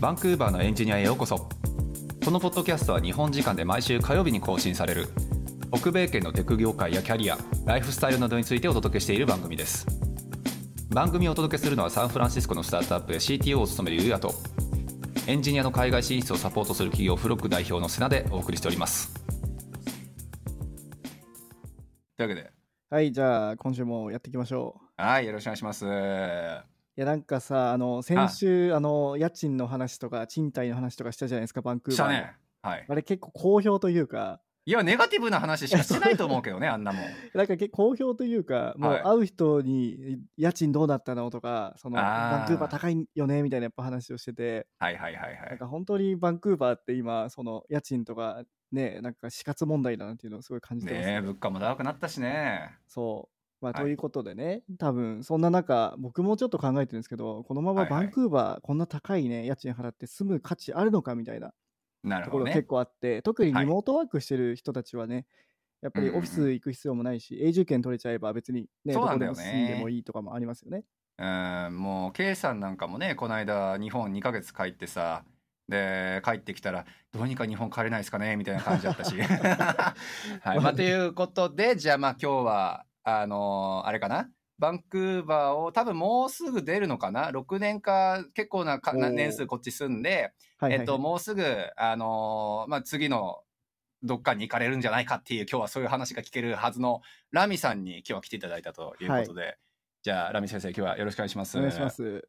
バンクーバーのエンジニアへようこそこのポッドキャストは日本時間で毎週火曜日に更新される北米圏のテク業界やキャリアライフスタイルなどについてお届けしている番組です番組をお届けするのはサンフランシスコのスタートアップで CTO を務めるゆうやとエンジニアの海外進出をサポートする企業フロック代表のセナでお送りしておりますというわけではい、じゃあ今週もやっていきましょう。はいよろしくお願いしますいや、なんかさ、あの先週、あの家賃の話とか賃貸の話とかしたじゃないですか、バンクーしバたーの。ねはいあれ結構好評というか、いやネガティブな話しかしてないと思うけどねあんなもんなんか結構好評というか、もはいう会う人に家賃どうだったのとか、そのあーバンクーバー高いよねみたいなやっぱ話をしてて、はいはいはいはなんいか本当にバンクーバーって今、その家賃とかね、なんか死活問題だなっていうのをすごい感じてます、ねえ物価も高くなったしねそう。まあ、はいということでね、多分そんな中、僕もちょっと考えてるんですけど、このままはいはバいンクーバー、こんな高いね、家賃払って住む価値あるのかみたいななるとこほどろがね結構あって、特にはいリモートワークしてる人たちはね、やっぱりうんうんオうんフィス行く必要もないし、永住権取れちゃえば別にね、どそうなこんだよでもね住んでもいいとかもありますよね。うんもう K さんなんかもねこの間日本2ヶ月帰ってさで帰ってきたらどうにか日本帰れないですかねみたいな感じだ ったし。はいまあ、ということでじゃあまあ今日はあのーあれかなバンクーバーを多分もうすぐ出るのかな6年か結構なかおー年数こっち住んで、はいはい、えっと、もうすぐ、あのーまあ、次のどっかに行かれるんじゃないかっていう、今日はそういう話が聞けるはずのラミさんに今日は来ていただいたということで、じゃあ、ラミ先生、今日はよろしくお願いします。お願いします。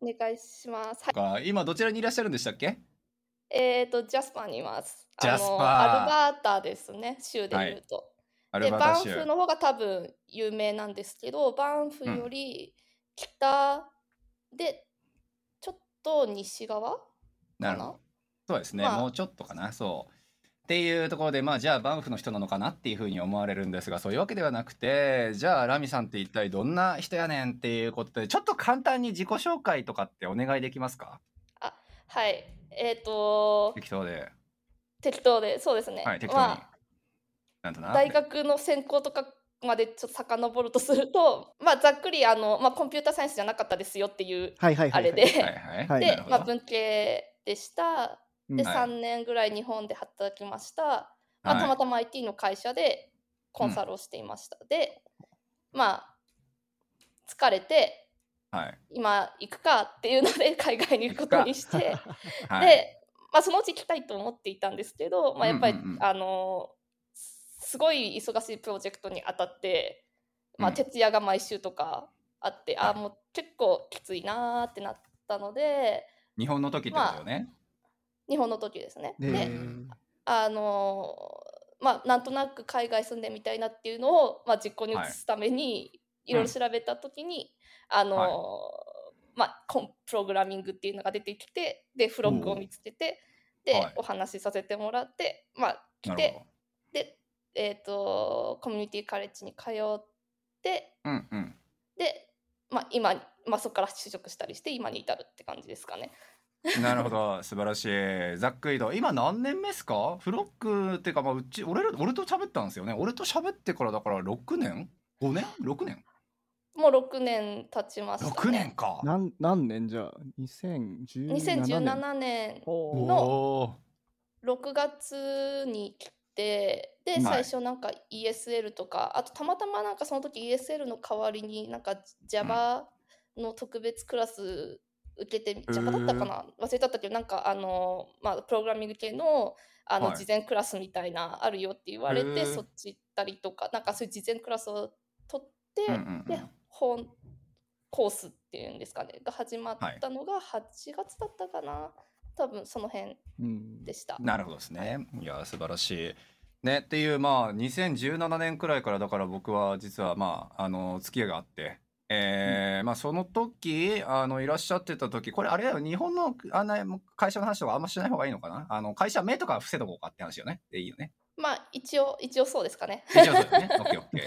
お願いします。はい、か今、どちらにいらっしゃるんでしたっけえっ、と、ジャスパーにいます。ジャスパーあのアルバータですね、州で言うと。アルで、バーバタン州。フの方が多分有名なんですけど、バンフより北で、ちょっと西側かななるほど。そうですね、まあもうちょっとかな、そう。っていうところで、まあ、じゃあ、バンフの人なのかなっていうふうに思われるんですが、そういうわけではなくて、じゃあ、ラミさんって一体どんな人やねんっていうことで、ちょっと簡単に自己紹介とかってお願いできますかはい。えっ、と、適当で。適当で、そうですね。はい、適当に。まなんとなあ、く大学の専攻とかまでちょっと遡るとすると、まあ、ざっくり、あの、まあ、コンピューターサイエンスじゃなかったですよっていう、はいはいはあい、はれい。で、はいはい。はいなで、まあ、るほど文系でした。うで、んはい3年ぐらい日本で働きました。まはあ、いたまたま IT の会社でコンサルをしていました。で、まあ、疲れて、はい。今行くかっていうの で海外に行くことにして、はい、で、まあ、そのうち行きたいと思っていたんですけど、まあ、やっぱり、うんうんうんあのすすごい忙しいプロジェクトに当たって、まあ、うん徹夜が毎週とかあって、ああもう結構きついなーってなったので、日本の時ってことよね。日本の時ですね。ねであのーまあなんとなく海外住んでみたいなっていうのを、まあ、実行に移すためにいろいろ調べた時に、あのーはいまあコンプログラミングっていうのが出てきてでフロックを見つけてで、はいお話しさせてもらってまあ来なるてほでえっ、とコミュニティカレッジに通ってど。うんうん。でまあ今まあそこから就職したりして今に至るって感じですかね。なるほ ど。素晴らしい。ざっくりと。今何年目っすかフロックっていうか、まあ、うち、俺ら、俺と喋ったんですよね。俺と喋ってからだから6年 ?5 年 ?6 年もう6年経ちました、ね。 ?6 年か。なん何年じゃあ ?2017 年。 2017年おーのおー6月に来てで、はい最初なんか ESL とかあとたまたまなんかその時 ESL の代わりになんか Java の特別クラス受けて、ー Java だったかな忘れちゃったけどなんかあの、まあ、プログラミング系のあのはい事前クラスみたいなあるよって言われて、へーそっち行ったりとかなんかそういう事前クラスを取って、うんうんうんで本コースっていうんですかねが始まったのが8月だったかな、多分その辺 うんでした。なるほどですね。いや素晴らしい。ねっていうまあ2017年くらいからだから僕は実はまああの付き合いがあって。えーまあ、その時あのいらっしゃってた時これあれだよ日本のあんな会社の話とかあんましない方がいいのかなあの会社名とか伏せとこうかって話よねでいいよねまあ一応一応そうですかね。 一応そうだ よねオッケーオッケ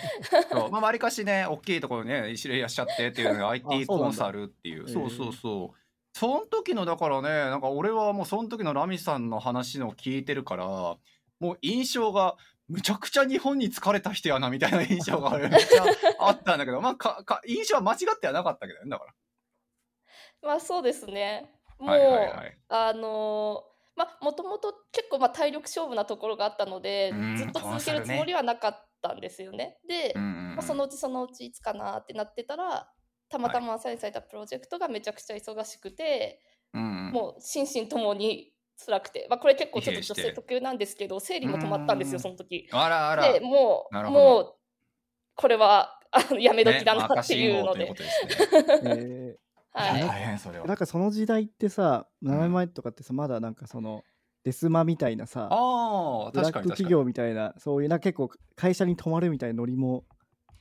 ーそうまあわりかしね大きいところにね知り合いいらっしゃってっていう のが IT そうなんだコンサルっていうへーそうそうそうその時のだからねなんか俺はもうその時のラミさんの話の聞いてるからもう印象がむちゃくちゃ日本に疲れた人やなみたいな印象が めっちゃあったんだけどまあかか印象は間違ってはなかったけどねだからまあそうですね。もう、はいはいはいあのーまあもともと結構まあ体力勝負なところがあったのでうんずっと続けるつもりはなかったんですよね。で、うんうんうんまあ、そのうちそのうちいつかなってなってたらたまたまアサインされたプロジェクトがめちゃくちゃ忙しくて、うんうんもう心身ともに辛くて、まあ、これ結構ちょっと疲弊して女性特有なんですけど生理も止まったんですうよんその時。あらあらでもなるうほどもうこれはあのやめ時ねだまあな赤って信いう号のというでこ。とですねえはい大変それーはなんかその時代ってさ名前前とかってさまだなんかそのデスマみたいなさああブラ確ックかに確か企に業みたいなそういうなんか結構会社に泊まるみたいなノリも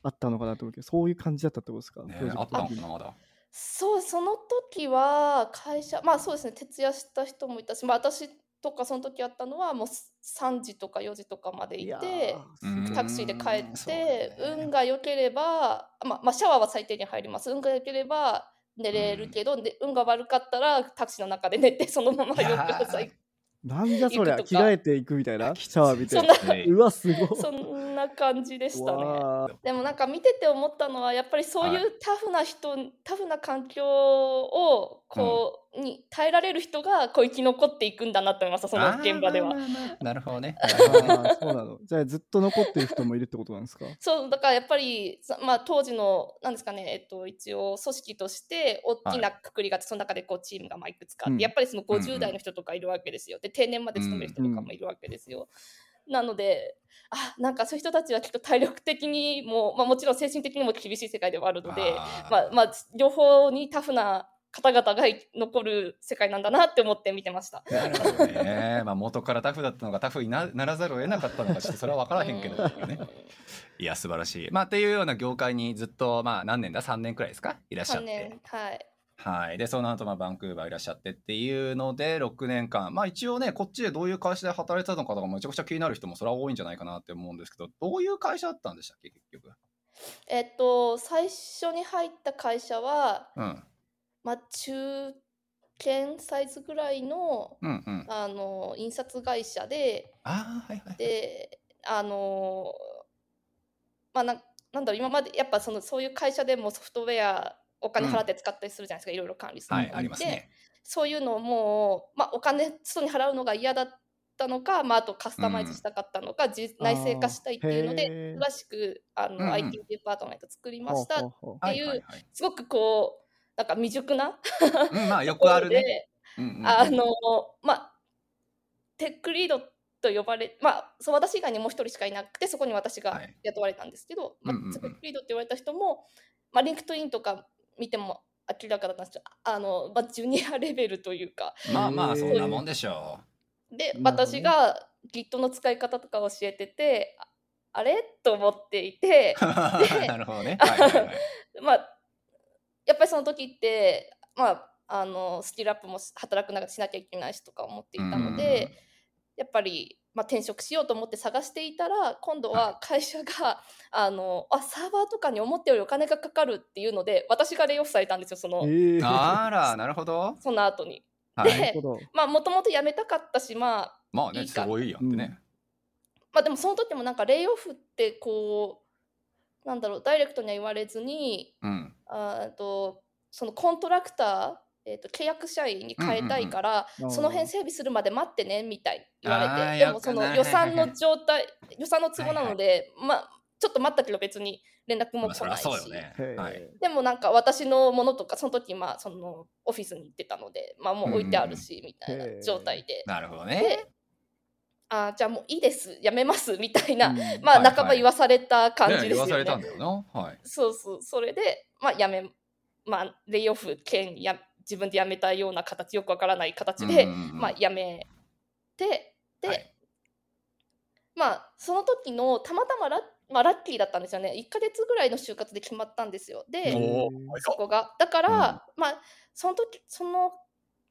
あったのかなと思うけどそういう感じだったってことですか、ねプロジあェっクトたの的かになまだそうその時は会社まあそうですね徹夜した人もいたし、まあ、私とかその時やったのはもう3時とか4時とかまでいやてうんータクシーで帰っそうだよねて、運が良ければ、まあ、まあシャワーは最低に入ります運が良ければ寝れるけど、で運が悪かったらタクシーの中で寝てそのままいやー夜が最なんじゃそりゃ行く着とか替えていくみたいなシャワー浴びてそんなうわすごいそんな感じでしたね。わーでもなんか見てて思ったのはやっぱりそういはうタフな人、タフな環境をこう、に耐えられる人がこう生き残っていくんだなと思いました その現場では。なるほど ねあーそうなのじゃあずっと残ってる人もいるってことなんですかそうだからやっぱり、さまあ、当時のなんですかね、えっと、一応組織として大きなくくりがあって、その中でこうチームがまあいくつかあって、うんやっぱりそのうんうん50代の人とかいるわけですよ、で定年まで勤める人とかもいるわけですよ、なのであなんかそういう人たちはきっと体力的にも、まあ、もちろん精神的にも厳しい世界ではあるのでまあまあ、両方にタフな方々がい残る世界なんだなって思って見てました。なるほどねまあ元からタフだったのがタフになならざるを得なかったのかちょっとそれは分からへんけど ねうんいや素晴らしいまあっていうような業界にずっとまあ何年だ3年くらいですかいらっしゃ3って年はいはい。で、その後、まあ、バンクーバーいらっしゃってっていうので、6年間。まあ、一応ね、こっちでどういう会社で働いてたのかとか、めちゃくちゃ気になる人もそれは多いんじゃないかなって思うんですけど、どういう会社だったんでしたっけ、結局。えっと最初に入った会社は、うん。まあ、中堅サイズぐらいのうんうん。あの印刷会社でああ、はいはい。であのまあななんだろう今までやっぱそのそういう会社でもソフトウェアお金払って使ったりするじゃないですか、いろいろ管理するはのい、がありますね。そういうのをもう、まあ、お金外に払うのが嫌だったのか、まあ、あとカスタマイズしたかったのか、じ内製化したいっていうのあーへでー詳しくあの、うんうん IT デパートメント作りましほたうほうほはっていうはいはいすごくこうなんか未熟なはい。うん、まあ、よとこくあろるで、ね。うんうんうんあのまあテックリードと呼ばれまあそう私以外にもう一人しかいなくてそこに私がはい雇われたんですけど、まあうんうんうんテックリードって言われた人も、まあ、リンクトインとか見ても明らかだったんですけどあの、まあ、ジュニアレベルというかまあまあ、そんなもんでしょでなるほどね私が Git の使い方とか教えててああれと思っていてう。なるほどね。はいはいはい。まあやっぱりその時ってまああのスキルアップもし働く中でしなきゃいけないしとか思っていたのうんうんうんで、やっぱり、まあ、転職しようと思って探していたら今度は会社が、あのあサーバーとかに思ったよりお金がかかるっていうので私がレイオフされたんですよそうの、えーあら、なるほど。その後に。は。ないるほどまあもともと辞めたかったしまあまあいね、いすかごいやんってね。まあでもその時もなんかレイオフってこうなんだろうダイレクトには言われずにうん。あーえっとそのコントラクター、えっと契約社員に変えたいから、うんうんうんその辺整備するまで待ってねみたいに言わあーれてでもよくそなのい予算の状態予算の都合なので、まあちょっと待ったけど別に連絡まもあ、来そりなゃいし、そうよね。へーはい。でもなんか私のものとかその時まあそのオフィスに行ってたのでまあもう置いてあるし、みたいへーな状態で、なるほどね。であーじゃあもういいですやめますみたいな、うんまはあ、いはい半ば言わされた感じねで言すよわね。されたんだよな。はい。そうそう、それで、まあ、やめ、まあ、レイオフ兼や、自分で辞めたような形、よくわからない形で、うんうんうんまあ、辞めて、で、はいまあ、その時の、たまたまラッ,、まあ、ラッキーだったんですよね。1ヶ月ぐらいの就活で決まったんですよ。うんで、おーそこが。だから、まあ、その時、その、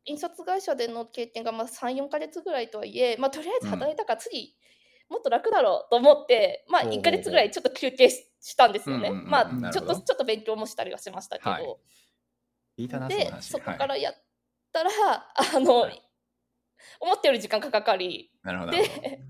印刷会社での経験がまあ3、4ヶ月ぐらいとはいえ、まあ、とりあえず働いたから次、もっと楽だろうと思って、まあ、ほうほうほう1ヶ月ぐらいちょっと休憩ししたんですよね。うんうんうんまなあ、るちほょっどと、ちょっと勉強もしたりはしましたけど、はい聞いたな、そので、話。そこかはい、らやったら、あの、はい思ったより時間がかかり、なるほど。なるほどで、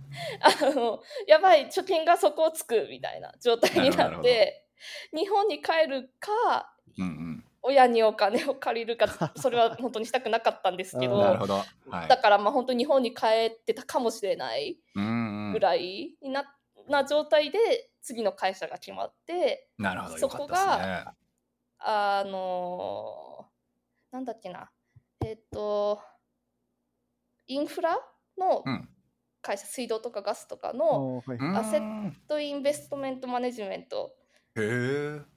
あの、やばい、貯金が底をつくみたいな状態にななるほどなって、日本に帰るか、うんうん。親にお金を借り るか、それは本当にしたくなかったんですけど、なるほど。はいだ。からまあ本当に日本に帰ってたかもしれないうんうぐん。らいにな,、な状態で次の会社が決まって、なるほど。よそかこっがたあのーなんだっけな、えっ、と、インフラのうん会社、水道とかガスとかあの、ーはでいすね。アセッネットインベストメントマネジメント、ト。へ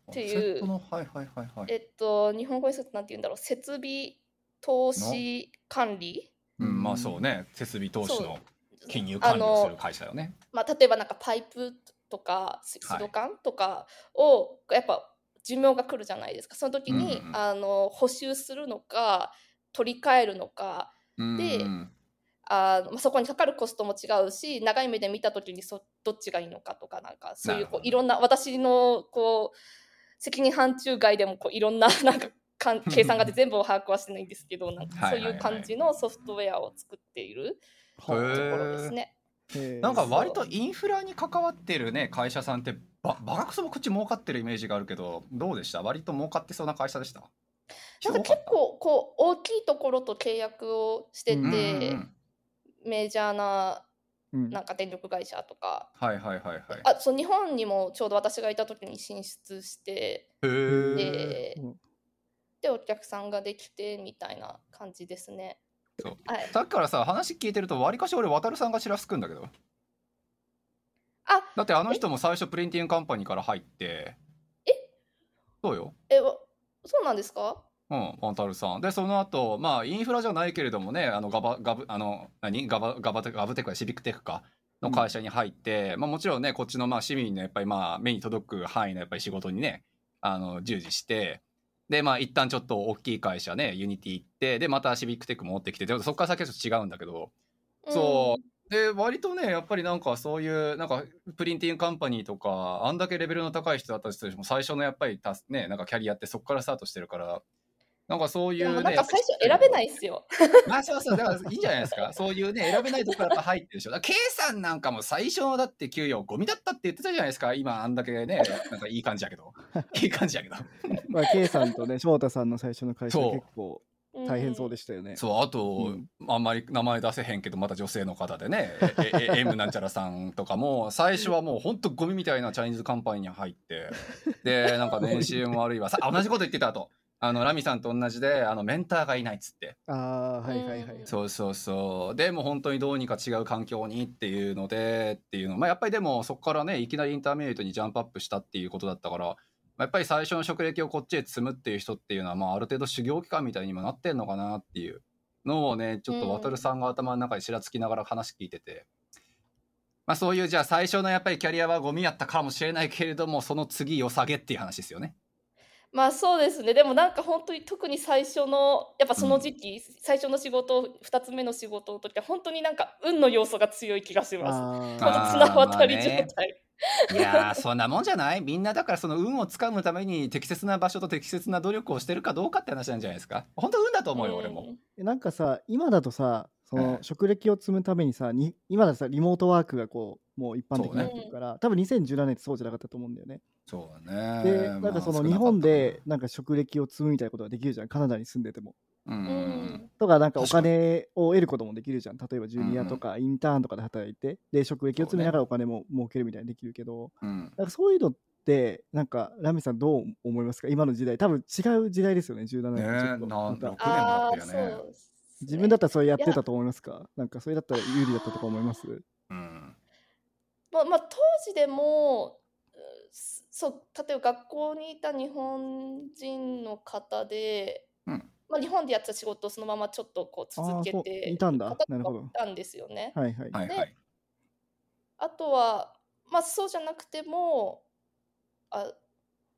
え。てアセッいうトのはいはいはいはい。えっと、日本語にするとなんて言うんだろう、設備投資管理うん、まあそうね。設備投資の金融あ管理をするの、会社よね。まあ、例えばなんかパイプとか水はい水道管とかをやっぱ寿命が来るじゃないですかその時に、うんうんあの補修するのか取り替えるのかうんでうんあのまあそこにかかるコストも違うし長い目で見た時にそどっちがいいのかとかなんかそういうなるこほどういろんな私のこう責任範疇外でもこういろんな なんかかん計算があって全部を把握はしてないんですけどなんかそういはいはいはうい感じのソフトウェアを作っているところですね。へーなんか割とインフラに関わってるね会社さんってばバカクソもこっち儲かってるイメージがあるけどどうでした割と儲かってそうな会社でしたなんか結構こう大きいところと契約をしてて、うんうんメジャーなうんなんか電力会社とかはいはいはいはいあそう日本にもちょうど私がいた時に進出してへーでうんでお客さんができてみたいな感じですね。そうはい、さっきからさ話聞いてるとわりかし俺渡るさんがちらつくんだけどあだってあの人も最初プリンティングカンパニーから入ってえそうよえわそうなんですかうん、ワンタルさん。で、その後、まあ、インフラじゃないけれどもね、あの、ガバ、ガブ、あの、何ガバ、ガバテガブテックやシビックテックか、の会社に入って、まあ、もちろんね、こっちの、まあ、市民の、やっぱり、まあ、目に届く範囲の、やっぱり仕事にね、あの、従事して、で、まあ、一旦ちょっと大きい会社ね、ユニティ行って、で、またシビックテック持ってきて、でそこから先はちょっと違うんだけど、そうう。で、割とね、やっぱりなんかそういう、なんかプリンティングカンパニーとか、あんだけレベルの高い人だった人でも最初のやっぱりたす、ね、なんかキャリアってそこからスタートしてるから、なんかそういん、いやもうね、。うなんか最初選べないいですよ。 まあそうそう、だからいいんじゃないですか。そういうね、選べないとこからやっぱ入ってるでしょ。だから K さんなんかも最初のだって給与ゴミだったって言ってたじゃないですか。今あんだけね、なんかいい感じやけ ど。いい感じやけど。まあ、K さんとね、翔太さんの最初の会社そう結構大変そうでしたよね。そう、あと、あんまり名前出せへんけど、また女性の方でね、えええ M なんちゃらさんとかも、最初はもう本当ゴミみたいなチャイニーズカンパニーに入って、で、なんか 年収も悪いわ、さあ同じこと言ってたと。あの、ラミさんと同じで、あの、メンターがいないっつって。ああ、はいはいはい。うんそうそうそう。でも本当にどうにか違う環境にっていうのでっていうの。まあやっぱりでもそこからね、いきなりインターメイトにジャンプアップしたっていうことだったから、まあやっぱり最初の職歴をこっちへ積むっていう人っていうのは、まあある程度修行期間みたいにもなってんのかなっていうのをね、ちょっと渡るさんが頭の中でちらつきながら話聞いてて。まあそういうじゃあ最初のやっぱりキャリアはゴミやったかもしれないけれども、その次良さげっていう話ですよね。まあそうですねでもなんか本当に特に最初のやっぱその時期、最初の仕事2つ目の仕事の時は本当になんか運の要素が強い気がします。あ本あ、当綱渡り状あーま態 いやーそんなもんじゃないみんなだからその運をつかむために適切な場所と適切な努力をしてるかどうかって話なんじゃないですか本当運だと思うよ、俺も。えなんかさ、今だとさ、そえのえ職歴を積むためにさ、に今だとさ、リモートワークがこう、もう一般的になってるから、多分2017年ってそうじゃなかったと思うんだよね。そうねで、なんかその日本で、なんか職歴を積むみたいなことができるじゃん、カナダに住んでても。うんううんんとか、なんかお確かに金を得ることもできるじゃん。例えばジュニアとかインターンとかで働いて、で、職歴を積みながらお金も儲けるみたいにできるけど、うんなんかそういうのって、なんかラミさんどう思いますか今の時代、多分違う時代ですよね、17ね年えちょっとなんまたろくあ六年あもだそったよねうですね自分だったらそれやってたと思いますかなんかそれだったら有利だったとか思いますうんまあまあ当時でもうそう例えば学校にいた日本人の方で、うんまあ、日本でやってた仕事をそのままちょっとこう続けあーてそういたんだ方とかなるほどいたんですよね。はいはい。はいはい。あとは、まあ、そうじゃなくても、あ、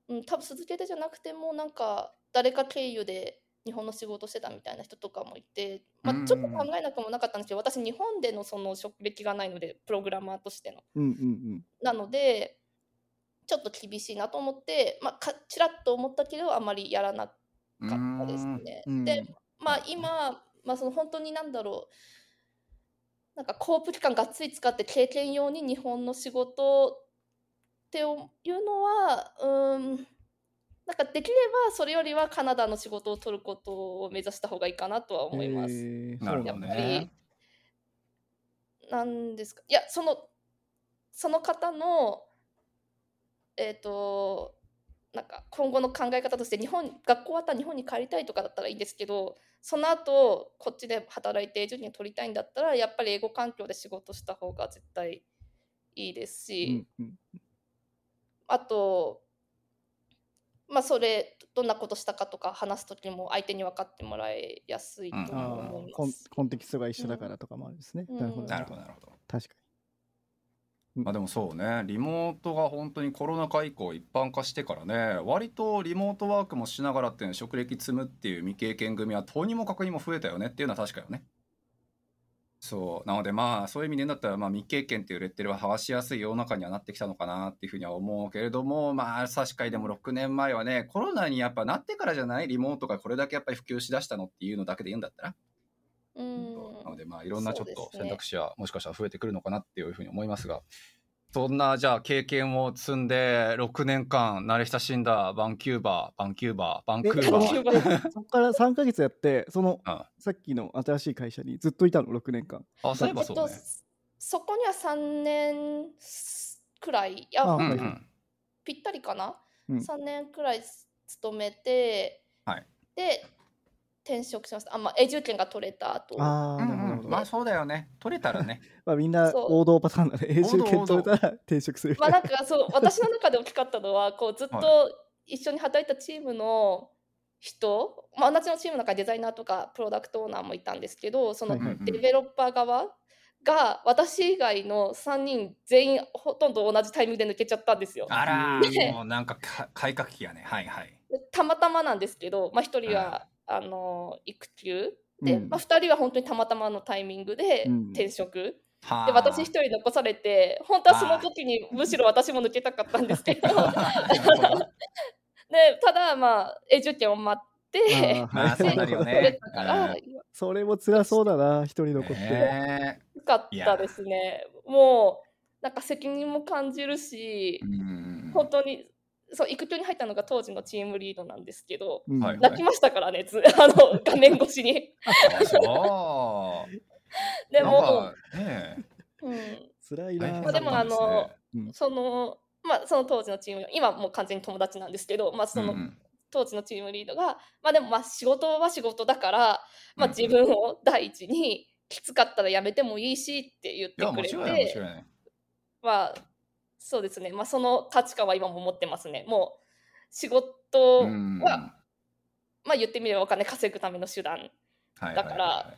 うん、多分続けてじゃなくても、なんか、誰か経由で日本の仕事してたみたいな人とかもいて、まうんうんうあ、んちょっと考えなくもなかったんですけど、私、日本でのその職歴がないので、プログラマーとしての。うんうんなので、ちょっと厳しいなと思って、まあ、かちらっと思ったけど、あまりやらなかうったですんね。うん。でう、んまあ今、まあ、その本当になんだろうなんかコープ期間がっつり使って経験用に日本の仕事っていうのはうーんなんかできればそれよりはカナダの仕事を取ることを目指した方がいいかなとは思います。えーなるほやどっねぱり、なんですか、いや、その、その方の、えっ、と、なんか今後の考え方として日本学校終わったら日本に帰りたいとかだったらいいんですけどその後こっちで働いてジュニア取りたいんだったらやっぱり英語環境で仕事した方が絶対いいですし、うんうんあと、まあ、それ、どんなことしたかとか話すときも相手に分かってもらいやすいとうんあ思ーいコまンす。コンテキストが一緒だからとかもあるんですね。うんなるほど。なるほどなるほど確かまあでもそうねリモートが本当にコロナ禍以降一般化してからね割とリモートワークもしながらっていうの職歴積むっていう未経験組はとにもかくにも増えたよねっていうのは確かよねそうなのでまあそういう意味で言うんだったらまあ未経験っていうレッテルは剥がしやすい世の中にはなってきたのかなっていうふうには思うけれどもまあ確かにでも6年前はねコロナにやっぱなってからじゃないリモートがこれだけやっぱり普及しだしたのっていうのだけで言うんだったらうなのん、で、まあ、いろんなちょっそうとですね選択肢はもしかしたら増えてくるのかなっていうふうに思いますが、そんな、じゃあ、経験を積んで、6年間、慣れ親しんだバンキューバー、バンキューバー、バンクーババンキュー。ーバ ーに。そこから3ヶ月やって、そのうんさっきの新しい会社にずっといたの、6年間。あ、そういえばえっそうとね。、そこには3年くらい、いや、あうんう本当にん。ぴったりかな、うん3年くらい勤めて、はいで、転職しました。あ、まあ、永住権が取れた後。ああ、なるうんほうど。ん、ままあそうだよね取れたらねあみんなそう王道パターンだね。永住権王道王取れ道たら転職するみまたあいな。なんかそう私の中で大きかったのはこうずっと一緒に働いたチームの人、まあ、同じのチームの中にデザイナーとかプロダクトオーナーもいたんですけどそはのいはいうんうんデベロッパー側が私以外の3人全員ほとんど同じタイミングで抜けちゃったんですよ。あらねーもうなんかか改革期やねはいはいでたまたまなんですけど、まあ、1人はあの育休で、うんまあ、2人は本当にたまたまのタイミングでうん転職。はーで私一人残されて本当はその時にむしろ私も抜けたかったんです けどでただまあ永住権を待ってーまあそうなるよ取れねたかうらんよそれも辛そうだな、一人残って。ねかったですねもうなんか責任も感じるしえうん本当にそう育休に入ったのが当時のチームリードなんですけどうんはい泣きましたからねず あの画面越しにあそうでなんもか、ねえうん、辛い大な。変まあでもだったんすねあのうんそのまあその当時のチーム今もう完全に友達なんですけどまあその、うんうん当時のチームリードが、まあでもまあ仕事は仕事だから、まあうんうん自分を第一に、きつかったらやめてもいいしって言っいやてくもれちろんやもてち、ろんやまあそうですね、まあその価値観は今も持ってますね。もう仕事は、うんまあ言ってみればお金稼ぐための手段。はいだはからいはいはい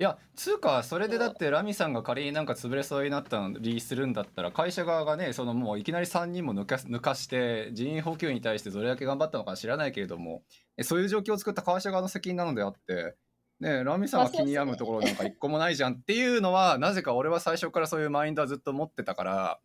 いやつうかそれでだってラミさんが仮になんか潰れそうになったの理するんだったら会社側がねそのもういきなり3人も抜かす抜かして人員補給に対してどれだけ頑張ったのか知らないけれどもえそういう状況を作った会社側の責任なのであって。ねえ、ラミさんまがあ気そうですにね病むところなんか一個もないじゃんっていうのは、なぜか俺は最初からそういうマインドはずっと持ってたから、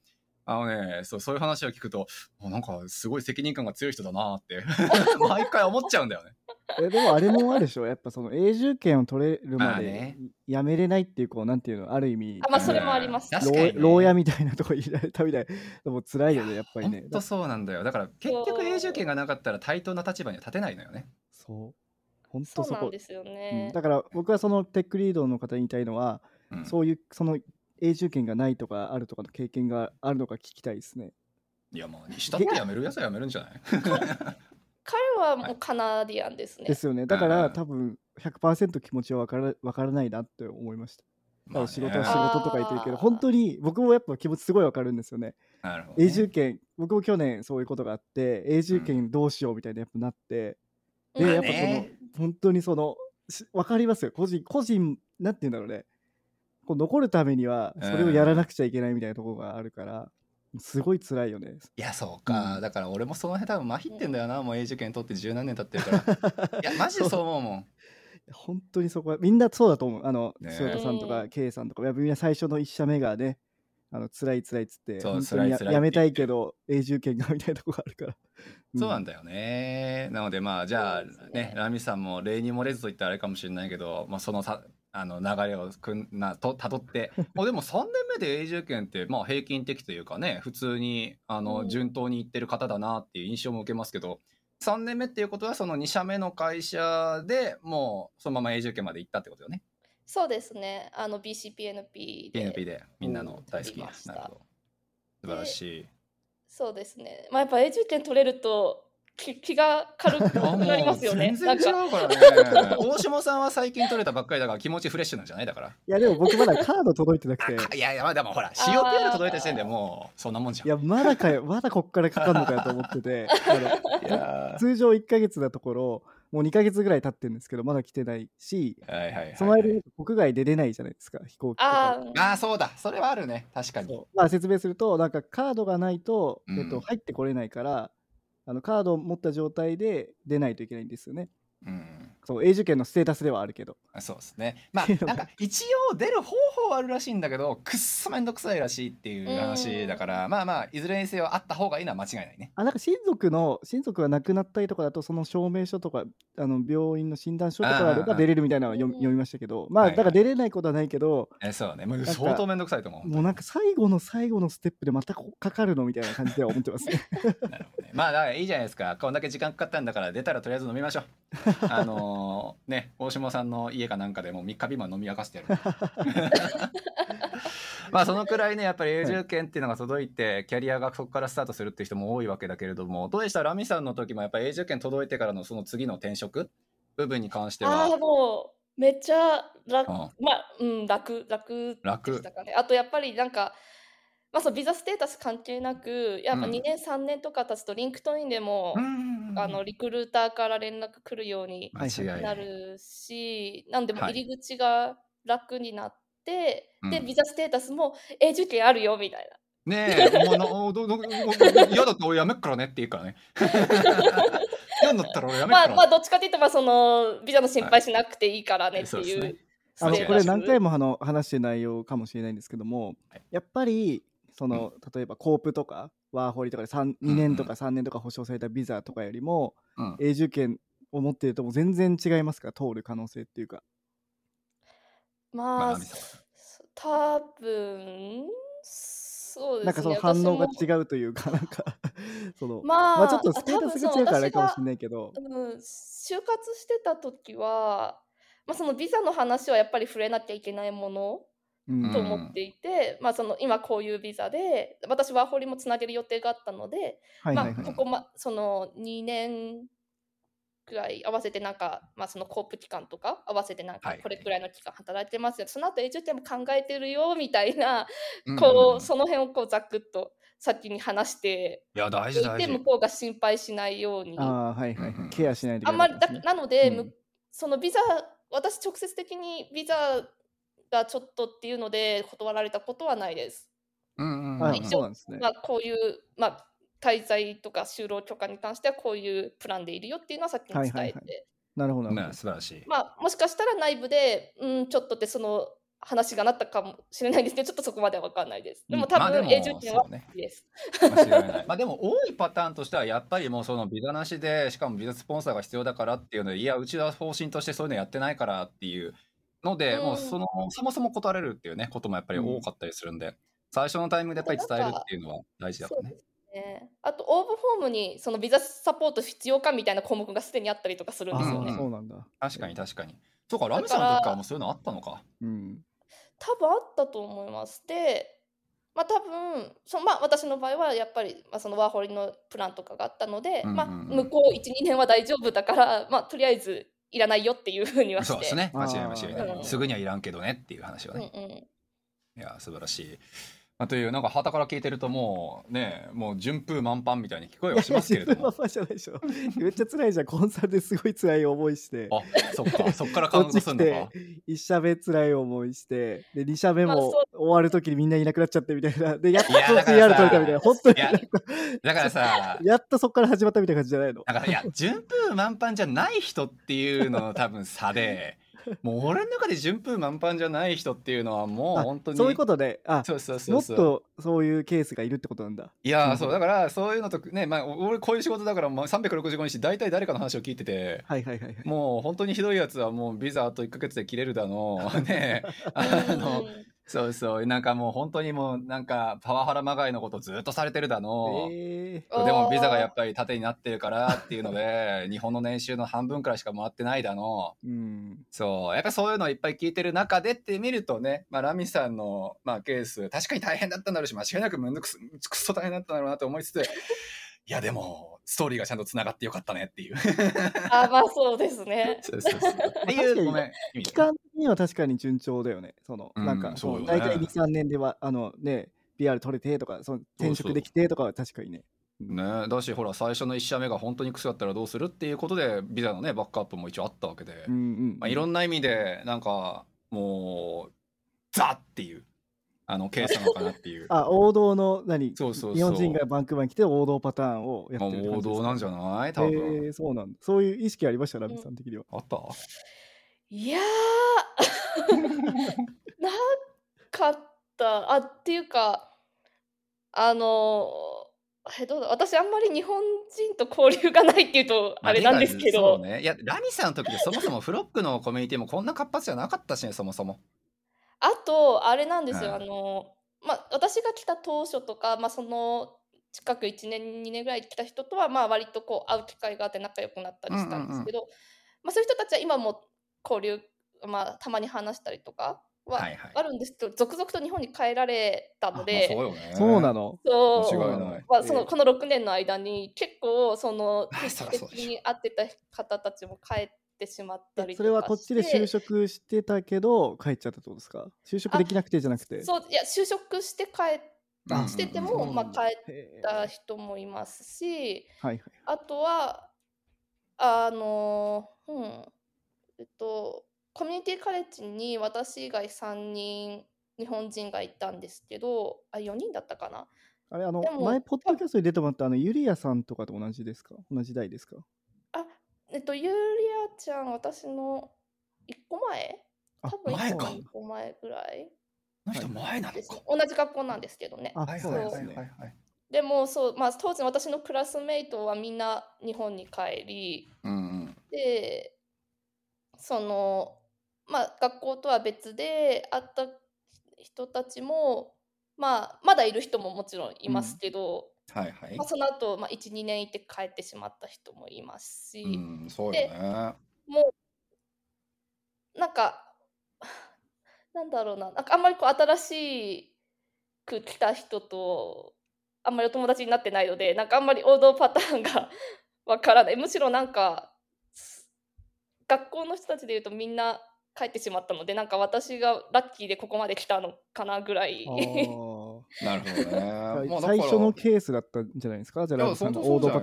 あのね、そうそういう話を聞くと、あなんかすごい責任感が強い人だなって 毎回思っちゃうんだよね。えでもあれもあるでしょやっぱその永住権を取れるあまーでねやめれないっていうこうなんていうのある意味あまあそれもありますうん牢確かにね牢屋みたいなとこ入れられたみたいもう辛いよねやっぱりね本当そうなんだよだから結局永住権がなかったら対等な立場には立てないのよねそう本当そそうなんこですようねん。だから僕はそのテックリードの方に言いたいのは、うんそういうその永住権がないとかあるとかの経験があるのか聞きたいですねいやまあしたってやめるやつはやめるんじ ゃない彼はもうカナディアンですね。ですよねだから、うん多分100%気持ちはわからわからないなって思いました多分仕事は仕まあね事とか言ってるけどあー本当に僕もやっぱ気持ちすごいわかるんですよねなるほどね永住権僕も去年そういうことがあって永住権どうしようみたいなやっぱなって、うんでやまっあぱねその本当にそのしわかりますよ個人個人なんて言うんだろうねこう残るためにはそれをやらなくちゃいけないみたいなところがあるから、すごい辛いよねいやそうか、だから俺もその辺多分まひってんだよな、もう永住権取って十何年経ってるから いやマジでそう思うもん本当にそこはみんなそうだと思うあのねえ塩田さんとか K さんとかいやみんな最初の一社目がねあの辛い辛いっつってそう本当に辛い辛いってや言ってやめたいけど永住権がみたいなとこがあるから、そうなんだだよね。なのでまあじゃあそうですねねラミさんも例に漏れずと言ったらあれかもしれないけど、まあ、そのさあの流れをくんなとたど ってまあでも3年目で永住権ってまあ平均的というかね普通にあうのん順当にいってる方だなっていう印象も受けますけど、 3年目っていうことはその2社目の会社でもうそのまま永住権まで行ったってことよねそうですね。あの BCPNP で。 PNP でみんなの大好きな取りましたなるほど素晴らしいそうですね。まあやっぱ永住権取れると気気が軽くあもうなりますよね。全然な違んかうからね 大島さんは最近取れたばっかりだから気持ちフレッシュなんじゃないだ からいや、でも僕まだカード届いてな くて、あいやいやまあでもほら COPR 届いた時点でもうそんなもんじゃんいや、ま だかよ、まだこっからかかるのかよと思ってて、あいやの通常1ヶ月だところ、もう2ヶ月ぐらい経ってるんですけど、まだ来てないし、ーはいはいはいその間に国外出れないじゃないですか、飛行機とかああああそうだそれはあるね確かにそうまあ、説明すると、なんかカードがないと、うんえっと、入ってこれないから、あのカードを持った状態で出ないといけないんですよね。うんそう、永住権のステータスではあるけど。そうですね まあなんか一応出る方法はあるらしいんだけどくっそめんどくさいらしいっていう話だからまあまあいずれにせよあった方がいいのは間違いないねあ、なんか親族の、親族が亡くなったりとかだと、その証明書とか、あの病院の診断書とかがあればあー出れるみたいなのは読みうん読みましたけど、まあ、はいだから出れないことはないけど、えそうねもうか相当めんどくさいと思うもうなんか最後の最後のステップでまたこかかるのみたいな感じでは思ってますね。なるほどねまあだからいいじゃないですかこんだけ時間かかったんだから出たらとりあえず飲みましょうあのーね大島さんの家かなんかでもう3日日も飲み明かしてやるまあそのくらいねやっぱり永住権っていうのが届いてキャリアがそこからスタートするっていう人も多いわけだけれどもどうでしたラミさんの時もやっぱり永住権届いてからのその次の転職部分に関してああは、もうめっちゃ楽、うんまあうん楽楽楽でしたかね。あとやっぱりなんか。まあ、そうビザステータス関係なくやっぱうん2年、3年とか経つとリンクトインでも、うんあのリクルーターから連絡来るように間違いないなるし、なんでもはい入り口が楽になって、うでんビザステータスも永住権あるよみたいね え、もうな、おど、ど、ど嫌だって俺やめっからねって言うからね。嫌になったら俺やな、めっまかあら、まあどっちかって言ったらそのビザの心配しなくていいからねってそうでいすう、ねあ間の違いないこれ何回もあの話してる内容かもしれないんですけども、はいやっぱりその、例えばコープとかワーホリとかで2うん年とか3年とか保証されたビザとかよりも、うん永住権を持っているともう全然違いますから通る可能性っていうかまあまあナミさんは多分そうですねなんかその反応が私も違うというかなんか その、まあちょっとステータスが違うからあれかもしれないけどうん、就活してた時は、まあ、そのビザの話はやっぱり触れなきゃいけないものうんうんと思っていて、まあ、その今こういうビザで私ワーホリもつなげる予定があったので、はいはいまはあ、いここ、ま、その2年くらい合わせてなんか、まあ、そのコープ期間とか合わせてなんはかいこれくらいの期間働いてますよ、その後永住権も考えてるよみたいな、うんこうんうその辺をこうざっくっと先に話していや、大で事、い大て事向。こうが心配しないように。ああはいはい、うんうんケアしないといあけなんまいりでだすねなので、むうんそのビザ私直接的にビザがちょっとっていうので断られたことはないです。うんうんうんあ一応そうなんですねまあ、こういう、まあ、滞在とか就労許可に関してはこういうプランでいるよっていうのは先に伝えて、はいはいはなるほどなるねほど素晴らしい。まあ、もしかしたら内部でうんちょっとってその話がなったかもしれないんですけどちょっとそこまでは分かんないです。でうもん多まあで分も永住権はそうねいいです。間違いない。まあでも多いパターンとしてはやっぱりもうそのビザなしでしかもビザスポンサーが必要だからっていうのでいやうちは方針としてそういうのやってないからっていうので、うんもうそのそもそも断れるっていうねこともやっぱり多かったりするんで、最初のタイミングでやっぱり伝えるっていうのは大事だからね。そうですねあと応募フォームにそのビザサポート必要かみたいな項目がすでにあったりとかするんですよあねあ。そうなんだ確かに確かに。そうかラミさんの時からもうそういうのあったのか。うん多分あったと思います。で、まあ多分そのまあ私の場合はやっぱりまあそのワーホリのプランとかがあったので、うんうんうんまあ向こう1、2年は大丈夫だから、まあとりあえずいらないよっていうふうにはして。そうですね。間違いない間違いないうんすぐにはいらんけどねっていう話はうんね。うん。いや素晴らしい。まあ、というなんか旗から聞いてるともうねもう順風満帆みたいに聞こえいはしますけれどやも自分は。まあじゃ ないでしょめっちゃ辛いじゃんコンサルですごい辛い思いしてあそっかそっから感動するのこかっ。1社目辛い思いしてで2社目まあもそ終わる時にみんないなくなっちゃってみたいなでやっといやだから PR さ取れたみたいな本当にいやだからさやっとそこから始まったみたいな感じじゃないのだからいや順風満帆じゃない人っていうのの多分差 でもう俺の中で順風満帆じゃない人っていうのはもうあ本当にそういうことであそうそうそもうっそうとそういうケースがいるってことなんだいやーそうだからそういうのとねまあお俺こういう仕事だからまあ365日大体誰かの話を聞いてて。はいはいはいはいもう本当にひどいやつはもうビザあと1ヶ月で切れるだの ねあうんうのんそうそう。なんかもう本当にもうなんかパワハラまがいのことずっとされてるだの。えーでもビザがやっぱり縦になってるからっていうので、日本の年収の半分くらいしかもらってないだの。ーうん。そう。やっぱそういうのをいっぱい聞いてる中でって見るとね、まあラミさんの、まあケース、確かに大変だったんだろうし、間違いなくむんどくすくそ大変だったんだろうなと思いつ つ、いやでも、ストーリーがちゃんと繋がってよかったねっていう。あまあそうですね。そうそうそう。 ってい確かう、にごめん。意味期間的には確かに順調だよね。その、うんなんか、そうよね大体2、3年では、あのね、PR 取れてとか、その転職できてとかは確かにね。ねだしほら最初の1社目が本当にクソだったらどうするっていうことでビザのねバックアップも一応あったわけで、うんうん。まあ、いろんな意味でなんかもうザっていうあのケースなのかなっていうあ、王道の、何そうそうそう日本人がバンクーバーに来て王道パターンをやまあってる感じですか。王道なんじゃない多分、えーそうなんだ。そういう意識ありました、ラミさん的には。あったいやー なかったあっていうかあのえどうだ私あんまり日本人と交流がないっていうとあれなんですけまあてどか、そうねいやラミさんの時でそもそもフロックのコミュニティもこんな活発じゃなかったしねそもそもあとあれなんですよ、はいあのまあ私が来た当初とか、まあ、その近く1年2年ぐらい来た人とはまあ割とこう会う機会があって仲良くなったりしたんですけど、まあ、そういう人たちは今も交流、まあ、たまに話したりとかははいはいあるんですけど、続々と日本に帰られたのあでまあそうよね そうなのそう間違いないまあ、そえのーこの6年の間に結構そのま あそりゃ定期そうでしょ的に会ってた方たちも帰ってしまったりとかしてそれはこっちで就職してたけど帰っちゃったってことですか就職できなくてじゃなくてそういや就職して帰うんしててそうも、なんだまあ、帰っへーた人もいますしはいはいあとはあのうんえっとコミュニティカレッジに私以外3人日本人がいたんですけどあ4人だったかなあれあのでも前ポッドキャストに出てもらったあのユリアさんとかと同じですか同じ代ですかえっと、ユーリアちゃん、私の1個前あ多分前1か個2個前ぐらいあの人前なのですかね。同じ学校なんですけどね。あそうなんですはねいはいでもそう、まあ、当時の私のクラスメイトはみんな日本に帰り、うんうんで、その、まあ、学校とは別で会った人たちも、まあ、まだいる人ももちろんいますけど、はいはいまあ、その後、まあ1、2年いて帰ってしまった人もいますし、うんそうよねなんか、 なんだろうな、なんかあんまりこう新しく来た人と、あんまりお友達になってないので、なんかあんまり王道パターンが わからない。むしろなんか、す学校の人たちで言うとみんな帰ってしまったので、なんか私がラッキーでここまで来たのかなぐらい。あーなるほどねもうだから 最初のケースだったんじゃないですかじゃあいやラブさんの本王当道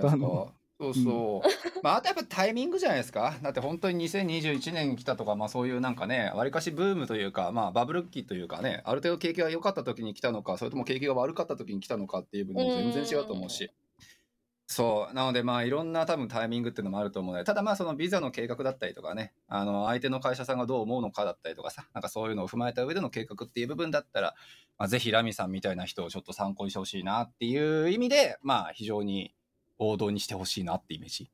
そうじゃないですかそうそパターンのう、まああとやっぱタイミングじゃないですかだって本当に2021年来たとかまあそういうなんかねわりかしブームというかまあバブル期というかねある程度景気が良かった時に来たのかそれとも景気が悪かった時に来たのかっていう部分も全然違うと思うしそうなのでまあいろんな多分タイミングっていうのもあると思うのでただまあそのビザの計画だったりとかねあの相手の会社さんがどう思うのかだったりとかさなんかそういうのを踏まえた上での計画っていう部分だったらまあ、ぜひラミさんみたいな人をちょっと参考にしてほしいなっていう意味で、まあ、非常に王道にしてほしいなってイメージ。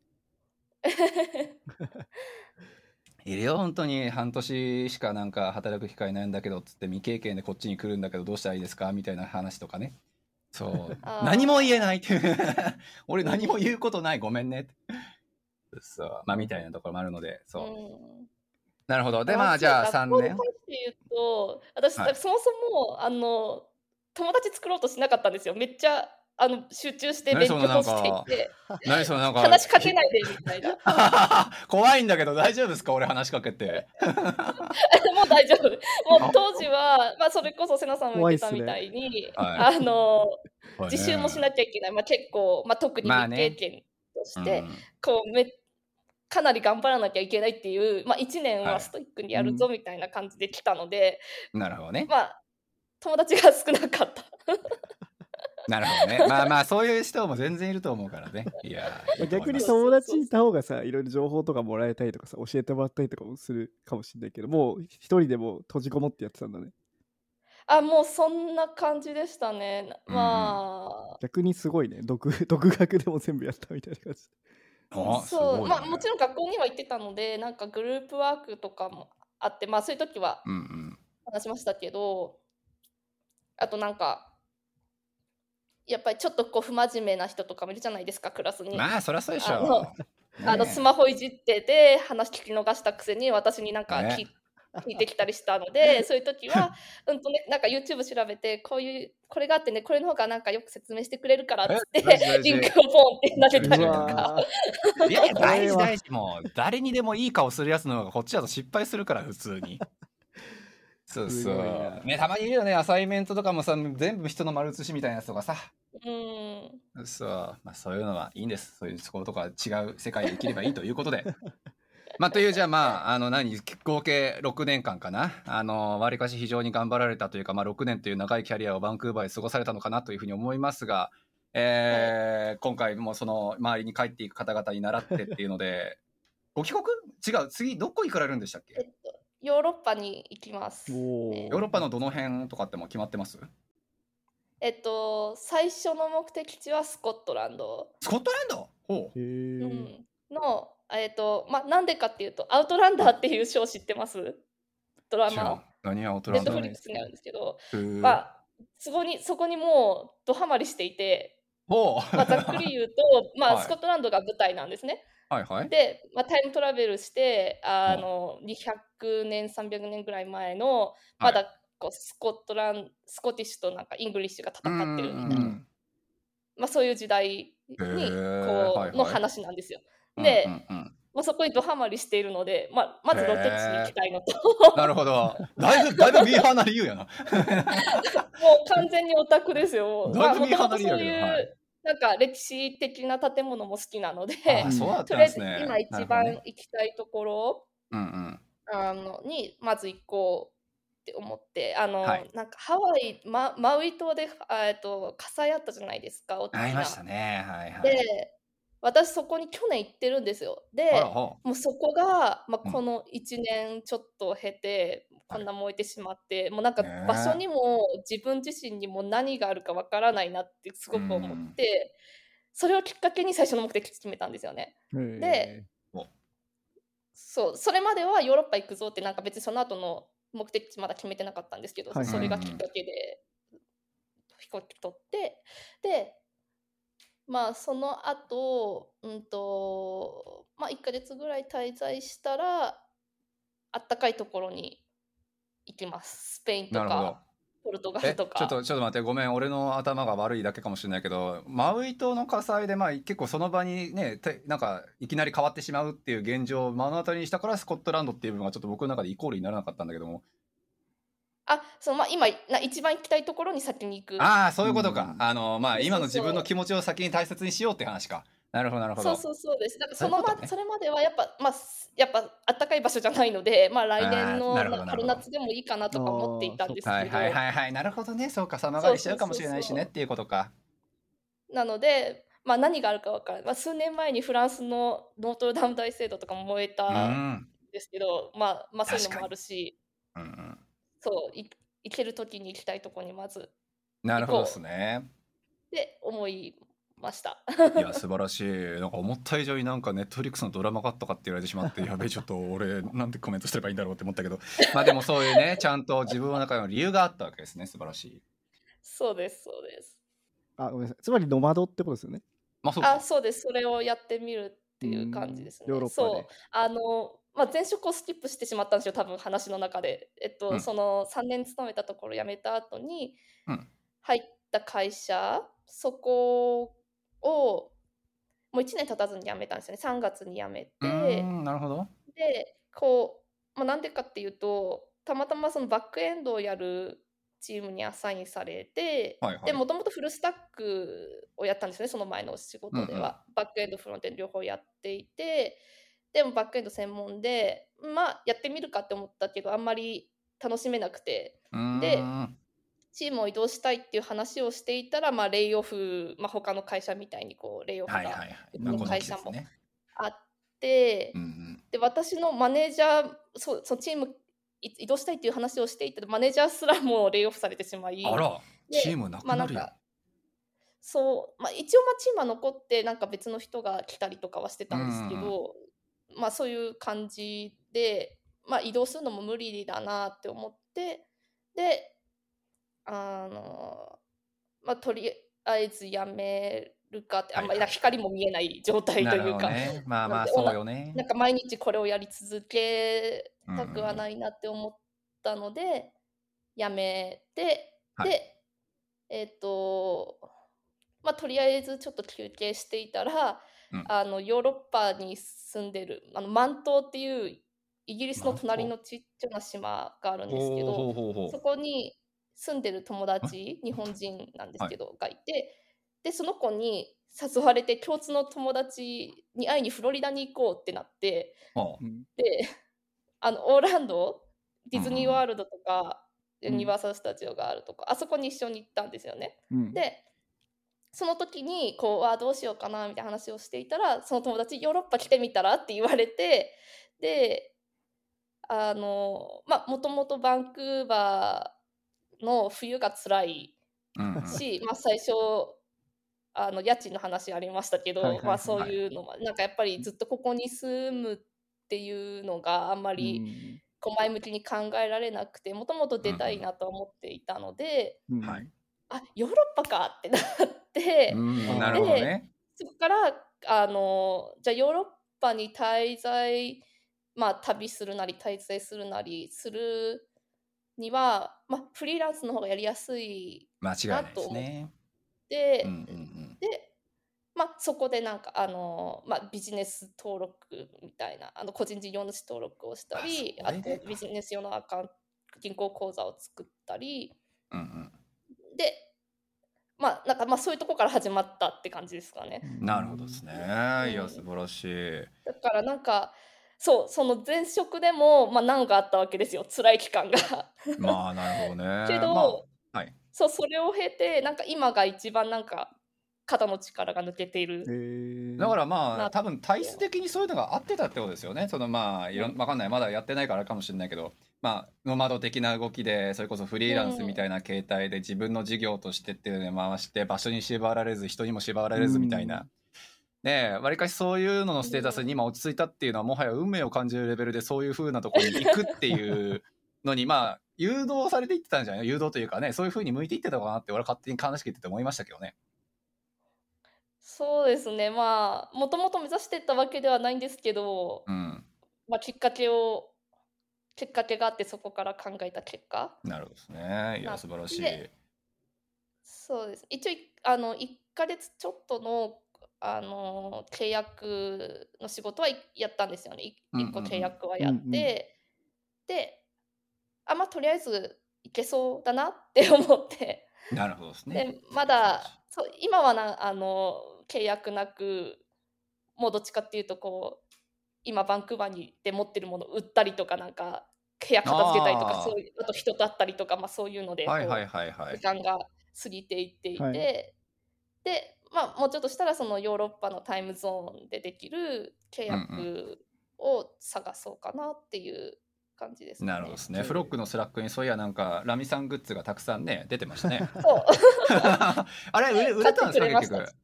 いるよ、本当に半年しかなんか働く機会ないんだけどっつって未経験でこっちに来るんだけどどうしたらいいですかみたいな話とかね。 そう。 あー何も言えない っていう。俺何も言うことない。ごめんね。そう。まあ、みたいなところもあるので、そう。うんなるほど。で、まあ、じゃあ3学年校。に関して言うと、私、はいそもそもあの友達作ろうとしなかったんですよ。めっちゃあの集中して勉強をしていて、何そのなんか。話しかけないでみたいな。 怖いんだけど大丈夫ですか俺話しかけて。もう大丈夫。もう当時は、まあ、それこそ瀬名さんも言ってたみたいに、はあの自習もしいなきゃいけない、まあ、結構、まあ、特にまあ未ね経験として、こうめかなり頑張らなきゃいけないっていう、まあ、1年はいはストイックにやるぞみたいな感じで来たので、なるほどね。まあ、友達が少なかった。なるほどね。まあまあそういう人も全然いると思うからね。いやー。いいと思逆いま にすそう友達いた方がさいろいろ情報とかもらえたりとかさ教えてもらったりとかもするかもしれないけどもう一人でもう閉じこもってやってたんだねあもうそんな感じでしたね。まあ、逆にすごいね独 独学でも全部やったみたいな感じおすごそ、いうねまあもちろん学校には行ってたので、なんかグループワークとかもあって、まあそういう時はうんうん。話しましたけど、あとなんかやっぱりちょっとこう不真面目な人とかもいるじゃないですかクラスに。まあそりゃそうでしあのょねあのスマホいじってて話聞き逃したくせに私になんか聞,、ね聞いてきたりしたの でそういう時はうんとねなんか YouTube 調べてこういうこれがあってねこれの方がなんかよく説明してくれるからっつってえマジマジリンクをポンって投げたりとかわーいやいやこれは大事大事もう誰にでもいい顔するやつの方がこっちだと失敗するから普通 に。そうすそごういな、ね、たまにいるよねアサイメントとかもさ全部人の丸写しみたいなやつとかさうんそう、まあ、そういうのはいいんですそういうところとか違う世界で生きればいいということ でまあというじゃあまああの何合計6年間かなあのわりかし非常に頑張られたというか、まあ、6年という長いキャリアをバンクーバーで過ごされたのかなというふうに思いますが、えー今回もその周りに帰っていく方々に習ってっていうの でご帰国違う次どこ行かれるんでしたっえっけとヨーロッパに行きます。おーヨーロッパのどの辺とかってもう決まってますえっと最初の目的地はスコットランド。スコットランドほうへーうんの、えっとまあ、なんでかっていうと「アウトランダー」っていうショー知ってますドラ知らんマ何やオートネラッントドフリックスにあるんですけど、へーまあ、そこにそこにもうドハマりしていて、ほう、まあ、ざっくり言うと、まはあ、いスコットランドが舞台なんですね。はいはいで、まあ、タイムトラベルしてあの200年300年ぐらい前のまだこうスコットランスコティッシュとなんかイングリッシュが戦ってるみたいな、うんまあ、そういう時代にこう、ーはいはいの話なんですよ。で、うんうんうんまあ、そこにドハマりしているので、まあ、まずロケ地に行きたいのと、なるほど。だいぶ、だいぶミーハーな理由やな。 もう完全にオタクです よ。だいぶも見と放もとりやそうけどいう、はいなんか歴史的な建物も好きなので、あーそうだっ たとんりであえずすね。今一な番るほどね行きたいところ、うんうん。あのにまず行こう。って思ってあの、はいなんかハワイ、ママウイ島であえっと火災あったじゃないですか、大きなありましたね。はいはい。で、私そこに去年行ってるんですよ。で、あらほもうそこが、まうあ、んこの1年ちょっと経て、はいこんな燃えてしまって、もうなんかねえ場所にも自分自身にも何があるかわからないなってすごく思って、それをきっかけに最初の目的地決めたんですよね。へそうそれまではヨーロッパ行くぞってなんか別にその後の目的地まだ決めてなかったんですけど、はいはいそれがきっかけで飛行機取ってでまあその後うんとまあ1ヶ月ぐらい滞在したらあったかいところに行きますスペインう。なとるほどか。ポルトガえルちょとっかとちょっと待ってごめん俺の頭が悪いだけかもしれないけどマウイ島の火災でまあ結構その場にねてなんかいきなり変わってしまうっていう現状を目の当たりにしたからスコットランドっていう部分がちょっと僕の中でイコールにならなかったんだけどもあそのまあ今な一番行きたいところに先に行くああそういうことか、うんあのまあ今のそう自そう分の気持ちを先に大切にしようって話かなるほどなるほそどうそうそうです。だからそうそいうことのまねそれまではやっぱまあすやっぱ暖かい場所じゃない ので、まあ来年あーのなるほどな春なるほど夏でもいいかなとか思っていたんですけど、はいはいはいはいなるほどねそうか様変わりしちゃうかもしれないしそうそうそうねそうっていうことかなので。まあ何があるかわからない、まあ、数年前にフランスのノートルダム大聖堂とかも燃えうたんんですけど、まあ、まあそういう確かにのもあるしうんうんそうい行ける時に行きたいとこにまずっなるほどですねて思いました。 いや素晴らしいなんか思った以上になんかネットフリックスのドラマがあったかって言われてしま ってやべえちょっと俺なんてコメントすればいいんだろうって思ったけどまあでもそういうねちゃんと自分の中の理由があったわけですね素晴らしいそうですそうです。ーあごめんなさいつまりノマドってことですよねまあそうあかそうですそれをやってみるっていう感じですね。うんヨーロッそうパであの、まあ、前職をスキップしてしまったんですよ、多分話の中で。えっと、うんその3年勤めたところ辞めた後にうん入った会社、そこをもう1年経たずに辞めたんですよね、3月に辞めうて。んなるほどで、こう、まあ、なんでかっていうと、たまたまそのバックエンドをやるチームにアサインされて、はいはいでもともとフルスタックをやったんですねその前の仕事では、バックエンドフロントエンド両方やっていてでもバックエンド専門でまあやってみるかって思ったけどあんまり楽しめなくてうんでチームを移動したいっていう話をしていたら、まあ、レイオフ、まあ、他の会社みたいにこうレイオフはいはいはがいこの会社まあこもの時期ですねあって、うんうんで私のマネージャーそうそのチームい移動したいっていう話をしていたマネージャーすらもうレイオフされてしまいあらでチームなくまあななんるよ、かそう、まあ、一応まあチームは残ってなんか別の人が来たりとかはしてたんですけど、まあそういう感じで、まあ、移動するのも無理だなって思ってであの、まあ、とりあえずやめるかって、あんまりなんか光も見えない状態とないるうほか、どね。まあまあ、なんでおなそうよね。なんか毎日これをやり続けたくはうんうんうんないなって思ったので、やめて、はいで、えっ、と、まあ、とりあえずちょっと休憩していたら、うんあのヨーロッパに住んでるあのマン島っていうイギリスの隣のちっちゃな島があるんですけど、ほうほうほうほ。そうこに住んでる友達、日本人なんですけど、がいて、で、その子に誘われて、共通の友達に会いにフロリダに行こうってなって、ほううんで、あの、オーランド、ディズニーうんうんワールドとか、んユニバーサル・スタジオがあるとか、あそこに一緒に行ったんですよね。うんで、その時に、こう、あどうしようかな、みたいな話をしていたら、その友達、ヨーロッパ来てみたらって言われて、で、あの、まあ、もともとバンクーバーの冬が辛いうんうんし、まあ、最初、あの、家賃の話ありましたけど、はいはいはいまあ、そういうのも、なんかやっぱりずっとここに住むっていうのがあんまり、こう前向きに考えられなくて、もともと出たいなと思っていたので、うんはうんいあ、ヨーロッパかってなって、うんなるほどね。そこからあのじゃあヨーロッパに滞在まあ旅するなり滞在するなりするには、まあ、フリーランスの方がやりやすい間違いないですね。で、うんうんで、まあ、そこでなんかあの、まあ、ビジネス登録みたいなあの個人事業主登録をしたりああそれとでビジネス用のアカウント銀行口座を作ったりうん。うんでまあなんかまあそういうとこから始まったって感じですかね。うんなるほどですね。いや、素晴らしい。だからなんかそうその前職でも、まあ、難があったわけですよ辛い期間が。まあ、なるほどね。けど、まあはいそうそれを経てなんか今が一番なんか肩の力が抜けている。へーだからままああ多分体質的にそういうのが合ってたってことですよね。そのまあいろうんわかんないまだやってないからかもしれないけど、まあノマド的な動きでそれこそフリーランスみたいな形態で自分の事業としてっていうのを回して場所に縛られず人にも縛られずみたいな。うんねえわりかしそういうののステータスに今落ち着いたっていうのはもはや運命を感じるレベルでそういう風なところに行くっていうの にまあ誘導されていってたんじゃない誘導というかねそういう風に向いていってたのかなって俺は勝手に話聞いてて思いましたけどね。そうですねまあもともと目指してたわけではないんですけど、うん、まあ、きっかけをきっかけがあってそこから考えた結果なるほどですね。いや素晴らしい。でそうです一応いあの1ヶ月ちょっとのあの契約の仕事はいやったんですよねいうんうんうん1個契約はやって、うんうんであまあとりあえずいけそうだなって思ってなるほどですね。でまだそう今はなあの契約なくもうどっちかっていうとこう今バンクーバーにで持ってるもの売ったりとかなんか部屋片付けたりとあかーそういうあと人と会ったりとか、まあ、そういうので、はいこうはいはいはい時。間が過ぎていっていて、はいで、まあ、もうちょっとしたらそのヨーロッパのタイムゾーンでできる契うん約を探そうかなっていう感じですかね。なるほどですね。フロックのスラックにそういやなんかラミさんグッズがたくさんね出てましたね。そう あれ売れ売れたんですか買ってくれま結した局。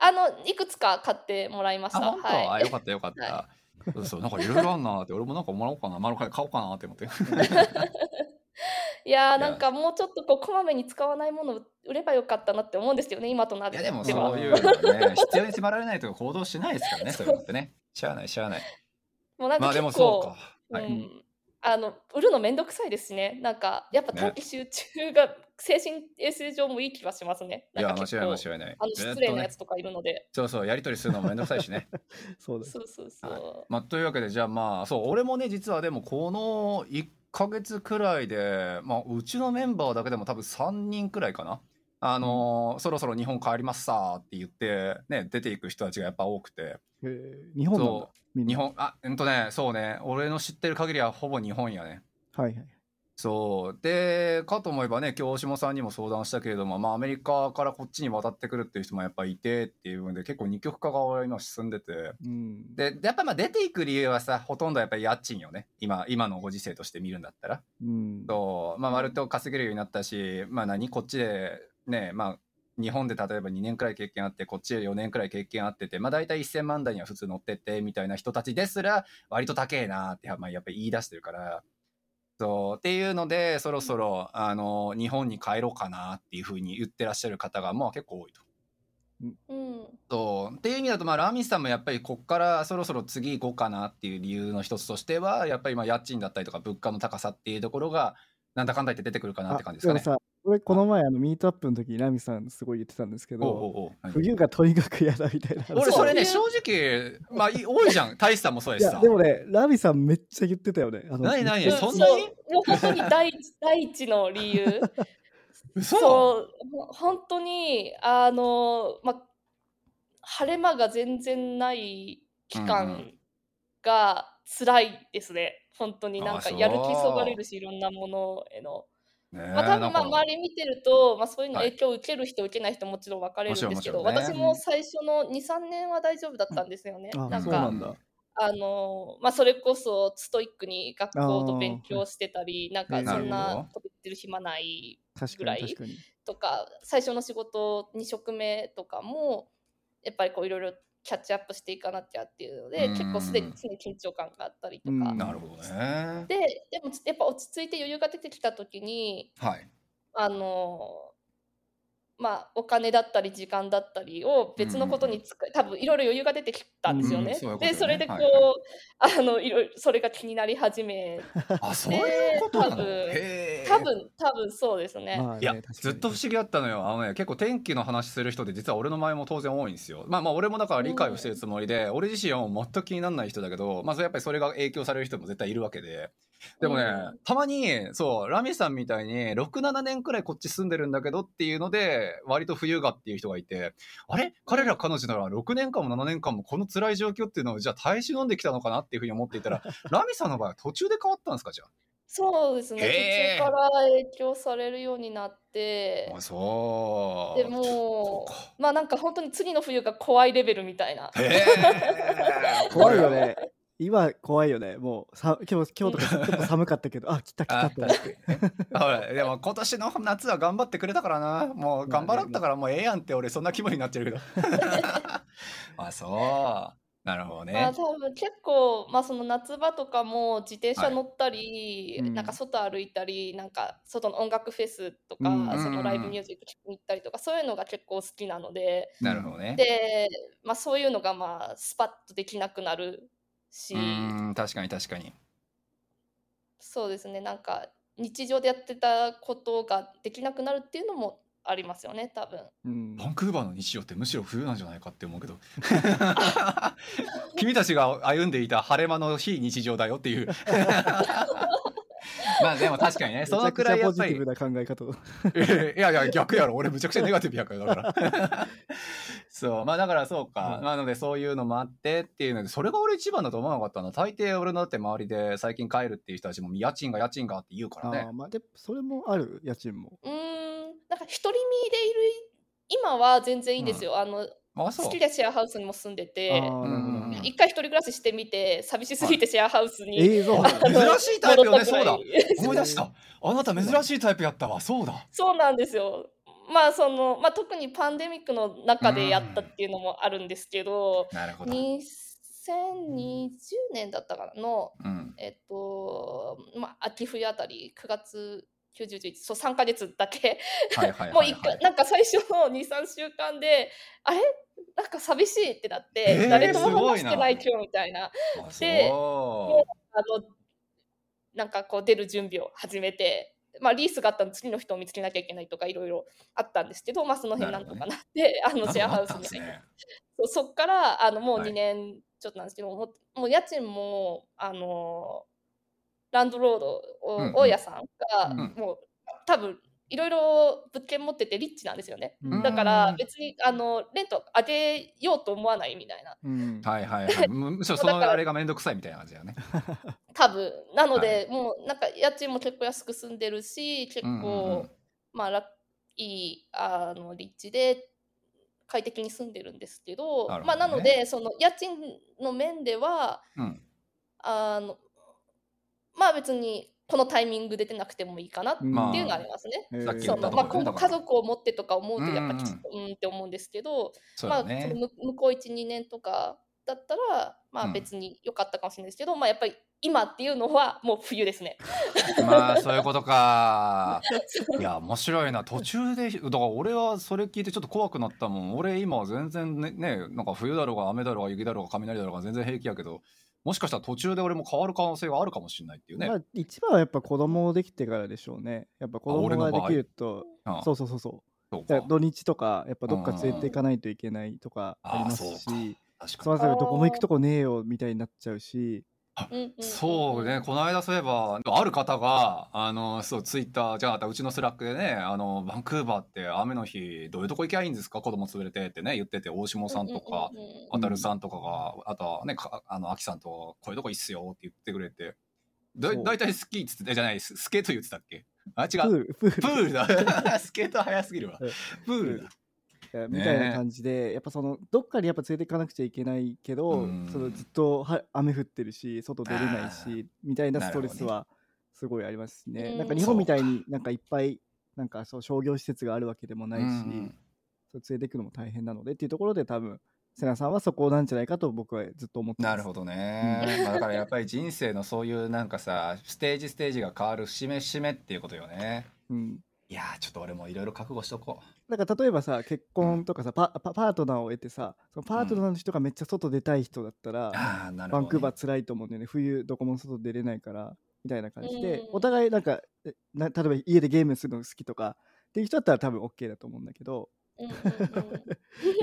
あのいくつか買ってもらいましあた。本当、はあい、よかったよかった。はそうそうなんかいろいろあんなーって俺もなんかもらおうかなマルカで買おうか なって思っていやーなんかもうちょっとこうこまめに使わないものを売ればよかったなって思うんですけどね今となっいてやは。でもでそはういうのね必要に迫られないと行動しないですからねそういうのってねしゃあないしゃあないもうなんまかあでも結そ構うか、はうい、んあの売るのめんどくさいですしねなんかやっぱね短期集中が精神衛生上もいい気はしますね。いなんや間か違結い構間違いないあのずっ失と礼なやねつとかいるので。そうそうやり取りするのもめんどくさいしねそうですそうそうそう。まあ、というわけでじゃあまあそう俺もね実はでもこの1ヶ月くらいで、まあ、うちのメンバーだけでも多分3人くらいかな。あのーそろそろ日本帰りますさーって言って、ね、出ていく人たちがやっぱ多くてへー日本なんだそみんな日本あうんとねそうね俺の知ってる限りはほぼ日本やねはいはいそうでかと思えばね今日大下さんにも相談したけれども、まあ、アメリカからこっちに渡ってくるっていう人もやっぱいてっていうので結構二極化が俺は今進んでて、うんでやっぱまあ出ていく理由はさほとんどやっぱり家賃よね今今のご時世として見るんだったらうんそう、まあ、割と稼げるようになったしまあ何こっちでねまあ日本で例えば2年くらい経験あってこっちで4年くらい経験あっててまあ大体1000万台には普通乗っててみたいな人たちですら割と高えなーってまあやっぱり言い出してるからそうっていうのでそろそろあの日本に帰ろうかなっていうふうに言ってらっしゃる方がまあ結構多いと。うんそうっていう意味だとまあラーミンさんもやっぱりこっからそろそろ次行こうかなっていう理由の一つとしてはやっぱりまあ家賃だったりとか物価の高さっていうところがなんだかんだ言って出てくるかなって感じですかね。もさ、俺この前あのミートアップの時にラミさんすごい言ってたんですけど、おうおうおう何冬がとにかく嫌だみたいな話。 俺それね正そ直まあい多いじゃん大さんもそういでしやさで。もね、ラミさんめっちゃ言ってたよね。あのないないえそんなそうにもう本当に第一第一の 理由嘘そうほ本当にあの、ま、晴れ間が全然ない期うんう間が辛いですね、本当になんあかそうやる気そがれるしいろんなものへの、ねまあ、多分まだあから周り見てると、まあ、そういうのはい影響を受ける人、受けない人もちろん分かれるんですけどもちろんもちろんね私も最初の23年は大丈夫だったんですよね。あなんそうかなんだ。あのまあ、それこそストイックに学校あーと勉強してたり、なんはかいなそんるほなどこと言ってる暇ない確ぐからにい確かに。とか最初の仕事2職目とかもやっぱりこういろいろキャッチアップしていかなきゃっていうのでうん結構すでに常に緊張感があったりとうんか。なるほどね。ででもやっぱ落ち着いて余裕が出てきた時にはい。あのまあお金だったり時間だったりを別のことに使い、多分いろいろ余裕が出てきたんですようんね。そういうことよねでそれでこう、はいはあのいろいろそれが気になり始めあそういうことなの。多分へー多分多分そうですね。まあねいや確かにずっと不思議だったのよあの、ね、結構天気の話する人で実は俺の前も当然多いんですよまあまあ俺もだから理解をしてるつもりで、俺自身はもう全く気にならない人だけど、まあ、それやっぱりそれが影響される人も絶対いるわけででもね、うんたまにそうラミさんみたいに67年くらいこっち住んでるんだけどっていうので割と冬がっていう人がいてあれ彼ら彼女なら6年間も7年間もこの辛い状況っていうのをじゃあ耐え忍んできたのかなっていうふうに思ってい たらラミさんの場合は途中で変わったんですかじゃあ。そうですね。へえ途中から影響されるようになってあ、そうでもそうかまあなんか本当に次の冬が怖いレベルみたいな。へえ怖いよね。今怖いよね。もうさ今日今日と かちょっと寒かったけど、あ来た来たあってなって。確かにねほらでも今年の夏は頑張ってくれたからなもう頑張らったからもうええやんって俺そんな気分になってるけどあそうなるほどね、まあ多分結構、まあ、その夏場とかも自は転車い乗ったり、うんなんか外歩いたりなんか外の音楽フェスとか、うんそのライブミュージック聴きに行ったりとかそういうのが結構好きなのでなるほどねで、まあ、そういうのがまあスパッとできなくなるし、うーん確かに確かにそうですねなんか日常でやってたことができなくなるっていうのもありますよね多分。うんバンクーバーの日常ってむしろ冬なんじゃないかって思うけど 君たちが歩んでいた晴れ間の非日常だよっていうまあでも確かにねそのくらいやっぱりめちゃくちゃポジティブな考え方だ。えいやいや逆やろ俺むちゃくちゃネガティブやからだからそうまあだからそうか、うんなのでそういうのもあってっていうのでそれが俺一番だと思わなかったな大抵俺のだって周りで最近帰るっていう人たちも家賃が家賃がって言うからあねあまあでそれもある家賃も。うーんなんか独り身でいる今は全然いいんですよ、あのあそう好きでシェアハウスにも住んであて。あなるほどうん一回一人暮らししてみて寂しすぎてシェアハウスに、ええそうなんだ 珍しいタイプよね戻ったそうぐらだい思い出したあなた珍しいタイプやったわそうだ そうなんですよまあその、まあ、特にパンデミックの中でやったっていうのもあるんですけど、なるほど、 2020年だったかなのうん、えっとまあ秋冬あたり9月911そう3か月だけはいはいもうはい、一は回い、なんか最初の23週間であれなんか寂しいってなって、えー誰とすごもい話なしてない今日みたいなあでそあのなんかこう出る準備を始めて、まあ、リースがあったの次の人を見つけなきゃいけないとかいろいろあったんですけど、まあ、その辺なるなんほとどねかなって、あうのシェアハウスなんかあったんですに、ねそうそっからあのもうはい2年ちょっとなんですけど、もうもう家賃もあのランドロードおうんうん大家さんが、うんもう多分いろいろ物件持っててリッチなんですよね。うんだかうんら別にあのレント上げようと思わないみたいなうん。 はいはいはいむむしろそのあれが面倒くさいみたいな感じだよね多分なので、もうなんか家賃も結構安く住んでるし結構、うんうんうんまあ楽いいあの立地で快適に住んでるんですけどなるほどねまあ、なのでその家賃の面ではうんあのまあ別にこのタイミングで出てなくてもいいかなっていうまあのがありますね。ええさっき言そったのとまあ、ころね今後だか家ら族を持ってとか思うとやっぱちょっとうんうんって思うんですけど、そうまあだそね、のむ向こう12年とかだったら、まうあん別に良かったかもしれないですけど、まあやっぱり今っていうのはもう冬ですね。まあそういうこと かいや面白いな途中でだから俺はそれ聞いてちょっと怖くなったもん俺今全然ねねなんか冬だろうが雨だろうが雪だろうが雷だろうが全然平気やけどもしかしたら途中で俺も変わる可能性があるかもしれないっていうね、まあ、一番はやっぱ子供できてからでしょうね。やっぱ子供俺のが場で合きると、うんそうそうそうそう。そうだかから土日とか、やっぱどっか連れて行かないといけないとかうんうんありますあーそうし、確そからにそらどこも行くとこねえよみたいになっちゃうし、うんうんんそうねこの間そういえばある方があのそうツイッターじゃあうちのスラックでねあのバンクーバーって雨の日どういうとこ行きゃいいんですか子供連れてってね言ってて大下さんとか、うんうんうんうんあたるさんとかが、あとはね、かあの、あきさんと、こういうとこいいっすよって言ってくれて、だそうだいたいスキーっつって、えじゃない、ススケート言ってたっけあ、違プう。ール、プールプール だ。スケート早すぎるわうん。プールだ。いやねみたいな感じで、やっぱそのどっかにやっぱ連れて行かなくちゃいけないけど、うんそのずっとは雨降ってるし外出れないあーしみたいなストレなるスほどはすごいありますしね、うんなんか日本みたいになんかいっぱいなんかそう商業施設があるわけでもないし、うんそう連れて行くのも大変なのでっていうところで多分瀬名さんはそこなんじゃないかと僕はずっと思ってますなるほどね。まあだからやっぱり人生のそういうなんかさ、ステージステージが変わる節目節目っていうことよね。うん、いやー、ちょっと俺もいろいろ覚悟しとこなんか例えばさ結婚とかさ、パパパートナーを得てさそのパートナーの人がめっちゃ外出たい人だったら、う。ああ、なるほど、ね。バンクーバー辛いと思うんだよね冬どこも外出れないからみたいな感じで、うんお互いなんかえな例えば家でゲームするの好きとかっていう人だったら多分 OK だと思うんだけどうんうんうん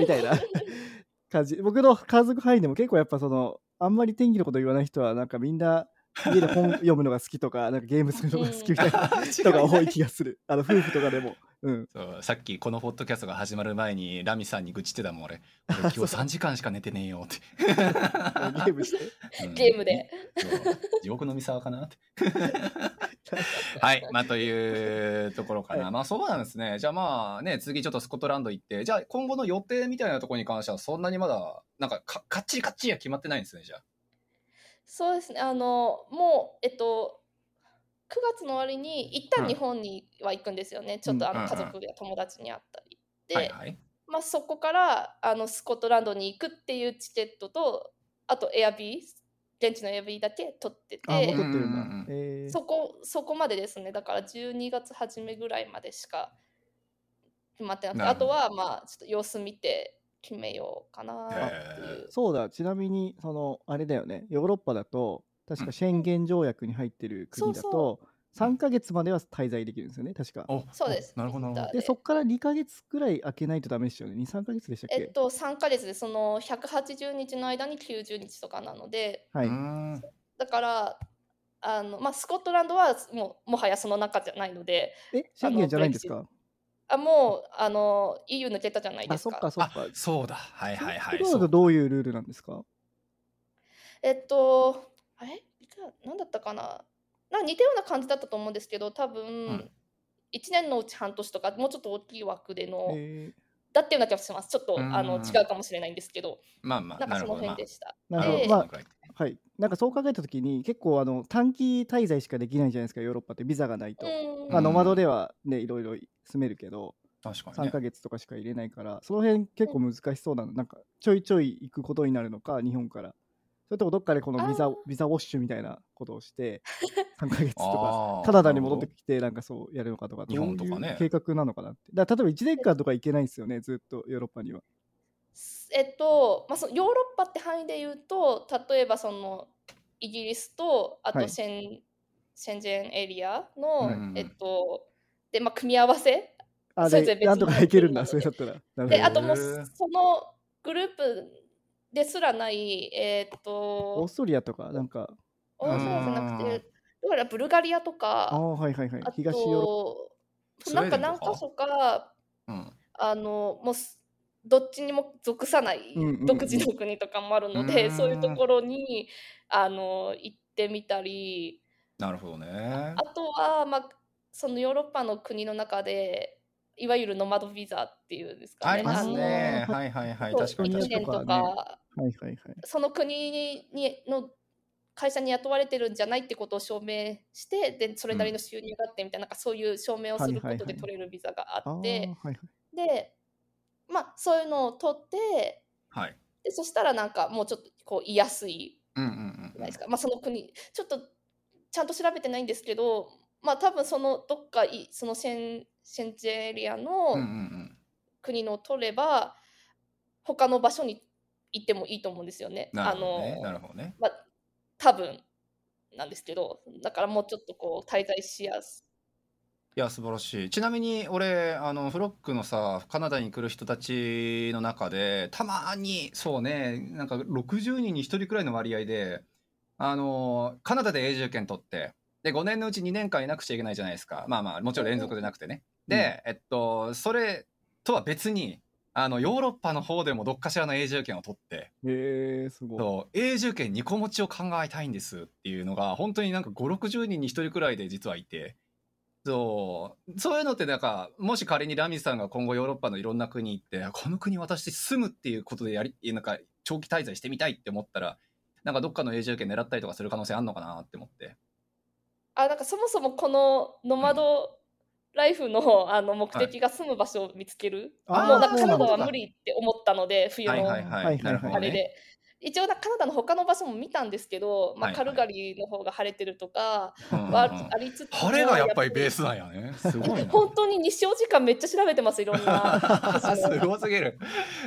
みたいな感じ僕の家族範囲でも結構やっぱそのあんまり天気のこと言わない人はなんかみんな家で 本読むのが好きとかなんかゲームするのが好きみたいな 人が多い気がするあの夫婦とかでも、うん、そうさっきこのポッドキャストが始まる前にラミさんに愚痴ってたもん俺俺今日3時間しか寝てねえよってゲーム してうんゲームで。そう 地獄の三沢かなって。はい、まあというところかな。はいまあそうなんですね。じゃあまあね、次ちょっとスコットランド行って、じゃあ今後の予定みたいなところに関してはそんなにまだ、なんかかかっちりかっちりは決まってないんですね、じゃあ。そうですね、あの、もう、えっと、9月の終わりに、一うん旦日本には行くんですよね、ちょっとあうんのうんうん家族や友達に会ったり。で、はいはい。まあ、そこからあのスコットランドに行くっていうチケットと、あとエアビー、現地のエアビーだけ取ってあ戻ってて、るんだ、うんうんうんえーそこそこまでですね、だから12月初めぐらいまでしか決まってなくて、なるあほとどは、まあ、ちょっと様子見て決めようかなっていう。そうだ、ちなみに、その、あれだよね、ヨーロッパだと、確か宣言条約に入ってる国だそうと、う3ヶ月までは滞在できるんですよね、確か。おそうです。なるほど、なるほで、そっから2ヶ月くらい空けないとダメですよね。2、3ヶ月でしたっけ、えっと、3ヶ月でその180日の間に90日とかなのでど。はいうー。んだからあの、まあ、スコットランドはもうもはやその中じゃないのでえ、宣言じゃないんですかあもうあの EU 抜けたじゃないあですそっか。かそっあか。そうだ。はいはいはい。そうそうどういうルールなんですかえっとあれいくらなんだったかななんか似たような感じだったと思うんですけど多分、ん一1年のうち半年とかもうちょっと大きい枠での、えだったような気がしますちょっとあうのん違うかもしれないんですけどまあまあ、なんかなそるのほど。辺までした。ーあなるほえど。えそまのあく、らいはい。なんかそう考えたときに、結構、あの、短期滞在しかできないじゃないですか、ヨーロッパってビザがないと。うんまあ、ノマドではね、いろいろ住めるけど、確かに3ねヶ。月とかしか入れないから、その辺結構難しそうなの、なんかちょいちょい行くことになるのか、日本から。それともどっかでこのビザあービザウォッシュみたいなことを して、3ヶ月とか、あーカナダに戻ってきて、なんかそうやるのかとか、日本とかねどういう計画なのかなって。だから例えば1年間とか行けないんですよね、ずっとヨーロッパには。えっと、まあ、そのヨーロッパって範囲で言うと例えばそのイギリスとあはいとシェン、シェンジェンエリアの、はいえっとでまあ、組み合わせあそれぞれれ、別のなんとか行けるんだ、 国そなれだのでったら。なるほでどあともうへーそのグループですらないえっオーとストリアとか、なんか、オーストラリアじゃなくうんてだからブルガリアとかああ、はいはいはいあ、東ヨーロッとスウェなーデんンかとか何箇所かうんあのもうすどっちにも属さないうんうんうん独自の国とかもあるので、うんそういうところにあの行ってみたりなるほどねあ。とは、まあ、そのヨーロッパの国の中でいわゆるノマドビザっていうんですかね。ありますね。あのはいはいはあい。の確かにそう確1か年にとかねとかパ。はいはいはい。その国ににの会社に雇われてるんじゃないってことを証明してでそれなりの収入があってみたいな,、なんかそういう証明をするこはいとはいはでい取れるビザがああ、あっはいて、はい。でまあそういうのを取ってはい。でそしたらなんかもうちょっとこう言いやすいうんうんじうゃんないですか、まあ、その国ちょっとちゃんと調べてないんですけどまあ多分そのどっかいそのシェンシェンチェンエリアうんうんうのん国のを取れば、他の場所に行ってもいいと思うんですよね。なるほどねあのなるほどねまあ、多分なんですけどだからもうちょっとこう滞在しやすいや素晴らしいちなみに俺あのフロックのさカナダに来る人たちの中でたまにそうねなんか60人に1人くらいの割合であのカナダで永住権取ってで5年のうち2年間いなくちゃいけないじゃないですかまあまあもちろん連続じゃなくてねで、えっとそれとは別にあのヨーロッパの方でもどっかしらの永住権を取ってへえ、すごい。そう永住権2個持ちを考えたいんですっていうのが本当になんか560人に1人くらいで実はいてそうそういうのってなんかもし仮にラミさんが今後ヨーロッパのいろんな国行ってこの国私住むっていうことでやりなんか長期滞在してみたいって思ったらなんかどっかの永住権狙ったりとかする可能性あんのかなって思ってあなんかそもそもこのノマドライフの,、あの目的が住む場所を見つける、あーもうなんかそカうなナんだダは無理って思ったので冬はいのはいははいい、はいなるほあどれで、ね一応なカナダの他の場所も見たんですけど、まあ、はいはカいルガリーの方が晴れてるとかうんうんうんはありつつも晴れがやっぱりベースなんやねすごいな本当に日照時間めっちゃ調べてますいろんな。 すごすぎる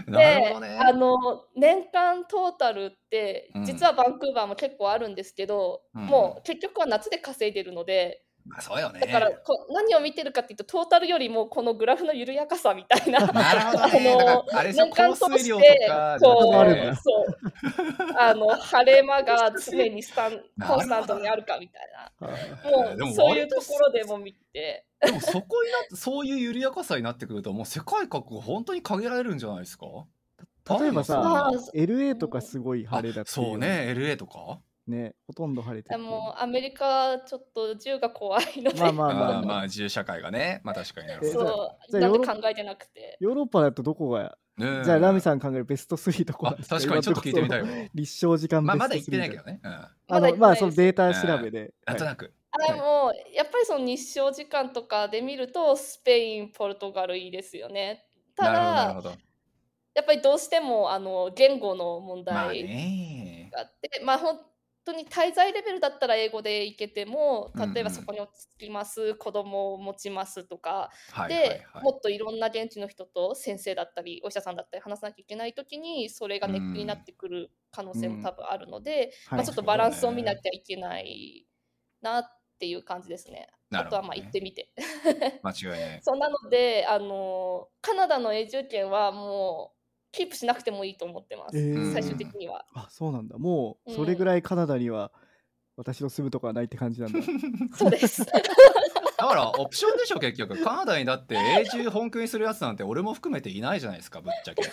なるでほどねあの年間トータルってうん実はバンクーバーも結構あるんですけど、うんもう結局は夏で稼いでるので、まあそうよねだからこう何を見てるかっていうとトータルよりもこのグラフの緩やかさみたいな なるほどね。だかあのらあれでしょ年間降通水し量とてかじゃこあなるくんてだうそうあの晴れ間が常にスタン なるほどコンスタントにあるかみたいはいえーでなもうもそういうところでも見てでもそこになってそういう緩やかさになってくるともう世界各国本当に限られるんじゃないですか例えばあさあ、そ LA とかすごい晴れあだっていそうよ。ね LA とかね、ほとんど晴れてでる。もうアメリカはちょっと銃が怖いので、まあまああまあーままあ。あ自由社会がねまあ確かになるほどそうじゃあなんでヨーロ考えてなくてヨーロッパだとどこが、ねえじゃあラミさん考えるベスト3とあか。確かにちょっと聞いてみたいい。わ立証時間ベまあスト3まだ言ってないけどねうんあまの、だ言ってないまあですそのデータ調べで。なんとはいなくあでもやっぱりその日照時間とかで見るとスペインポルトガルいいですよねなたるだほどなるほどやっぱりどうしてもあの言語の問題、まあねがあって、まあ、本当に滞在レベルだったら英語で行けても例えばうんうんそこに落ち着きます、子供を持ちますとかはいで、はいはいもっといろんな現地の人と先生だったりお医者さんだったり話さなきゃいけない時にそれがネックになってくる可能性も多分あるので、まあ、ちょっとバランスを見なきゃいけないなっていう感じですね。なあるほとどはねまあ行ってみて。 間違いないそうなのであのカナダの永住権はもうキープしなくてもいいと思ってます、えー最終的には。あ、そうなんだ。もう、それぐらいカナダには、私の住むとこはないって感じなんだ。そう です だからオプションでしょ結局カナダにだって永住本気にするやつなんて俺も含めていないじゃないですかぶっちゃけ、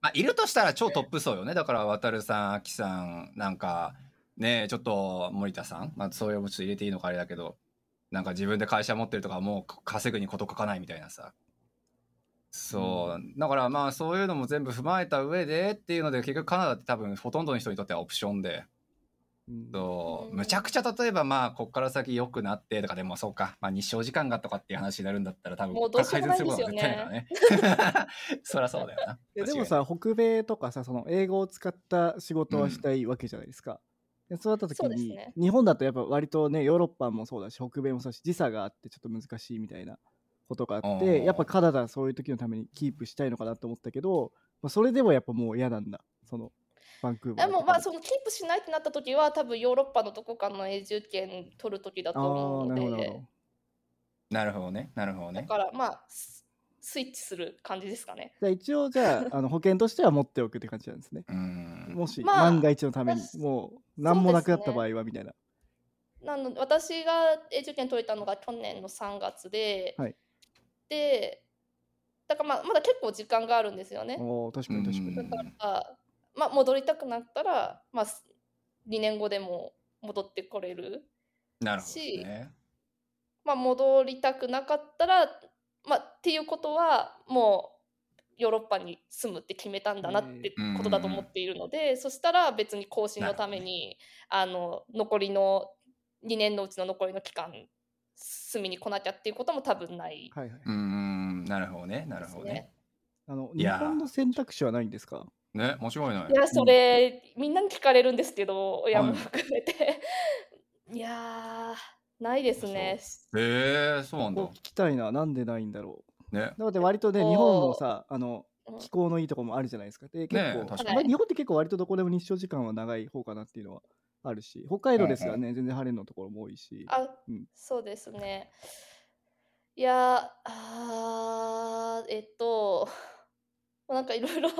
まあ、いるとしたら超トップ層よねだから渡るさん秋さんなんかねえちょっと森田さん、まあ、そういうのもちょっと入れていいのかあれだけどなんか自分で会社持ってるとかもう稼ぐに事欠かないみたいなさそうだからまあそういうのも全部踏まえた上でっていうので結局カナダって多分ほとんどの人にとってはオプションでうんそううんむちゃくちゃ例えばまあこっから先良くなってとかでもそうか、まあ、日照時間がとかっていう話になるんだったら多分もうどうしようもないですよね絶対ないからね そりゃそうだ よなえでもさ北米とかさその英語を使った仕事はしたいわけじゃないですか、でそうなった時そうですに、ね日本だとやっぱ割とねヨーロッパもそうだし北米もそうだし時差があってちょっと難しいみたいなことがあっうんてやっぱカナダはそういう時のためにキープしたいのかなと思ったけど、まあ、それでもやっぱもう嫌なんだそのバンクーバでーとかもまあそのキープしないってなった時は多分ヨーロッパのどこかの永住権取る時だとあ思ーうなのるでほどなるほなるほどどねなるほどだねからまあススイッチする感じですかね。じゃあ一応じゃ ああの保険としては持っておくって感じなんですねうんもしまあ万が一のために、私もう何もなくなった場合はみたいな、なの私が永住権取れたのが去年の3月で、はいでだからまあまだ結構時間があるんですよね。おー確かに確かに、うだんからまあ戻りたくなったら、まあ、2年後でも戻ってこれる。なるほどねまあ、戻りたくなかったら、まあ、っていうことはもうヨーロッパに住むって決めたんだなってうんことだと思っているので、そしたら別に更新のために、あの残りの2年のうちの残りの期間住みに来なきゃっていうことも多分ないはいはい、うんなるほどねなでるすほどねね。あのい日やー本の選択肢はないんですかね、間違いないい。や、それ、みんなに聞かれるんですけど、親も含めて。 いやー、ないですね。へえ、そうなんだこ。う聞きたいな、なんでないんだろねう。。だって割とね、おー日本のさ、あのうん気候のいいとこもあるじゃないですか。で、結構、確かにまあ日本って結構割とどこでも日照時間は長い方かなっていうのはあるし、北海道ですらね、全然晴れのところも多いし。あ、うんそうですね。いや、あーえっと、 まあなんかいろい ろ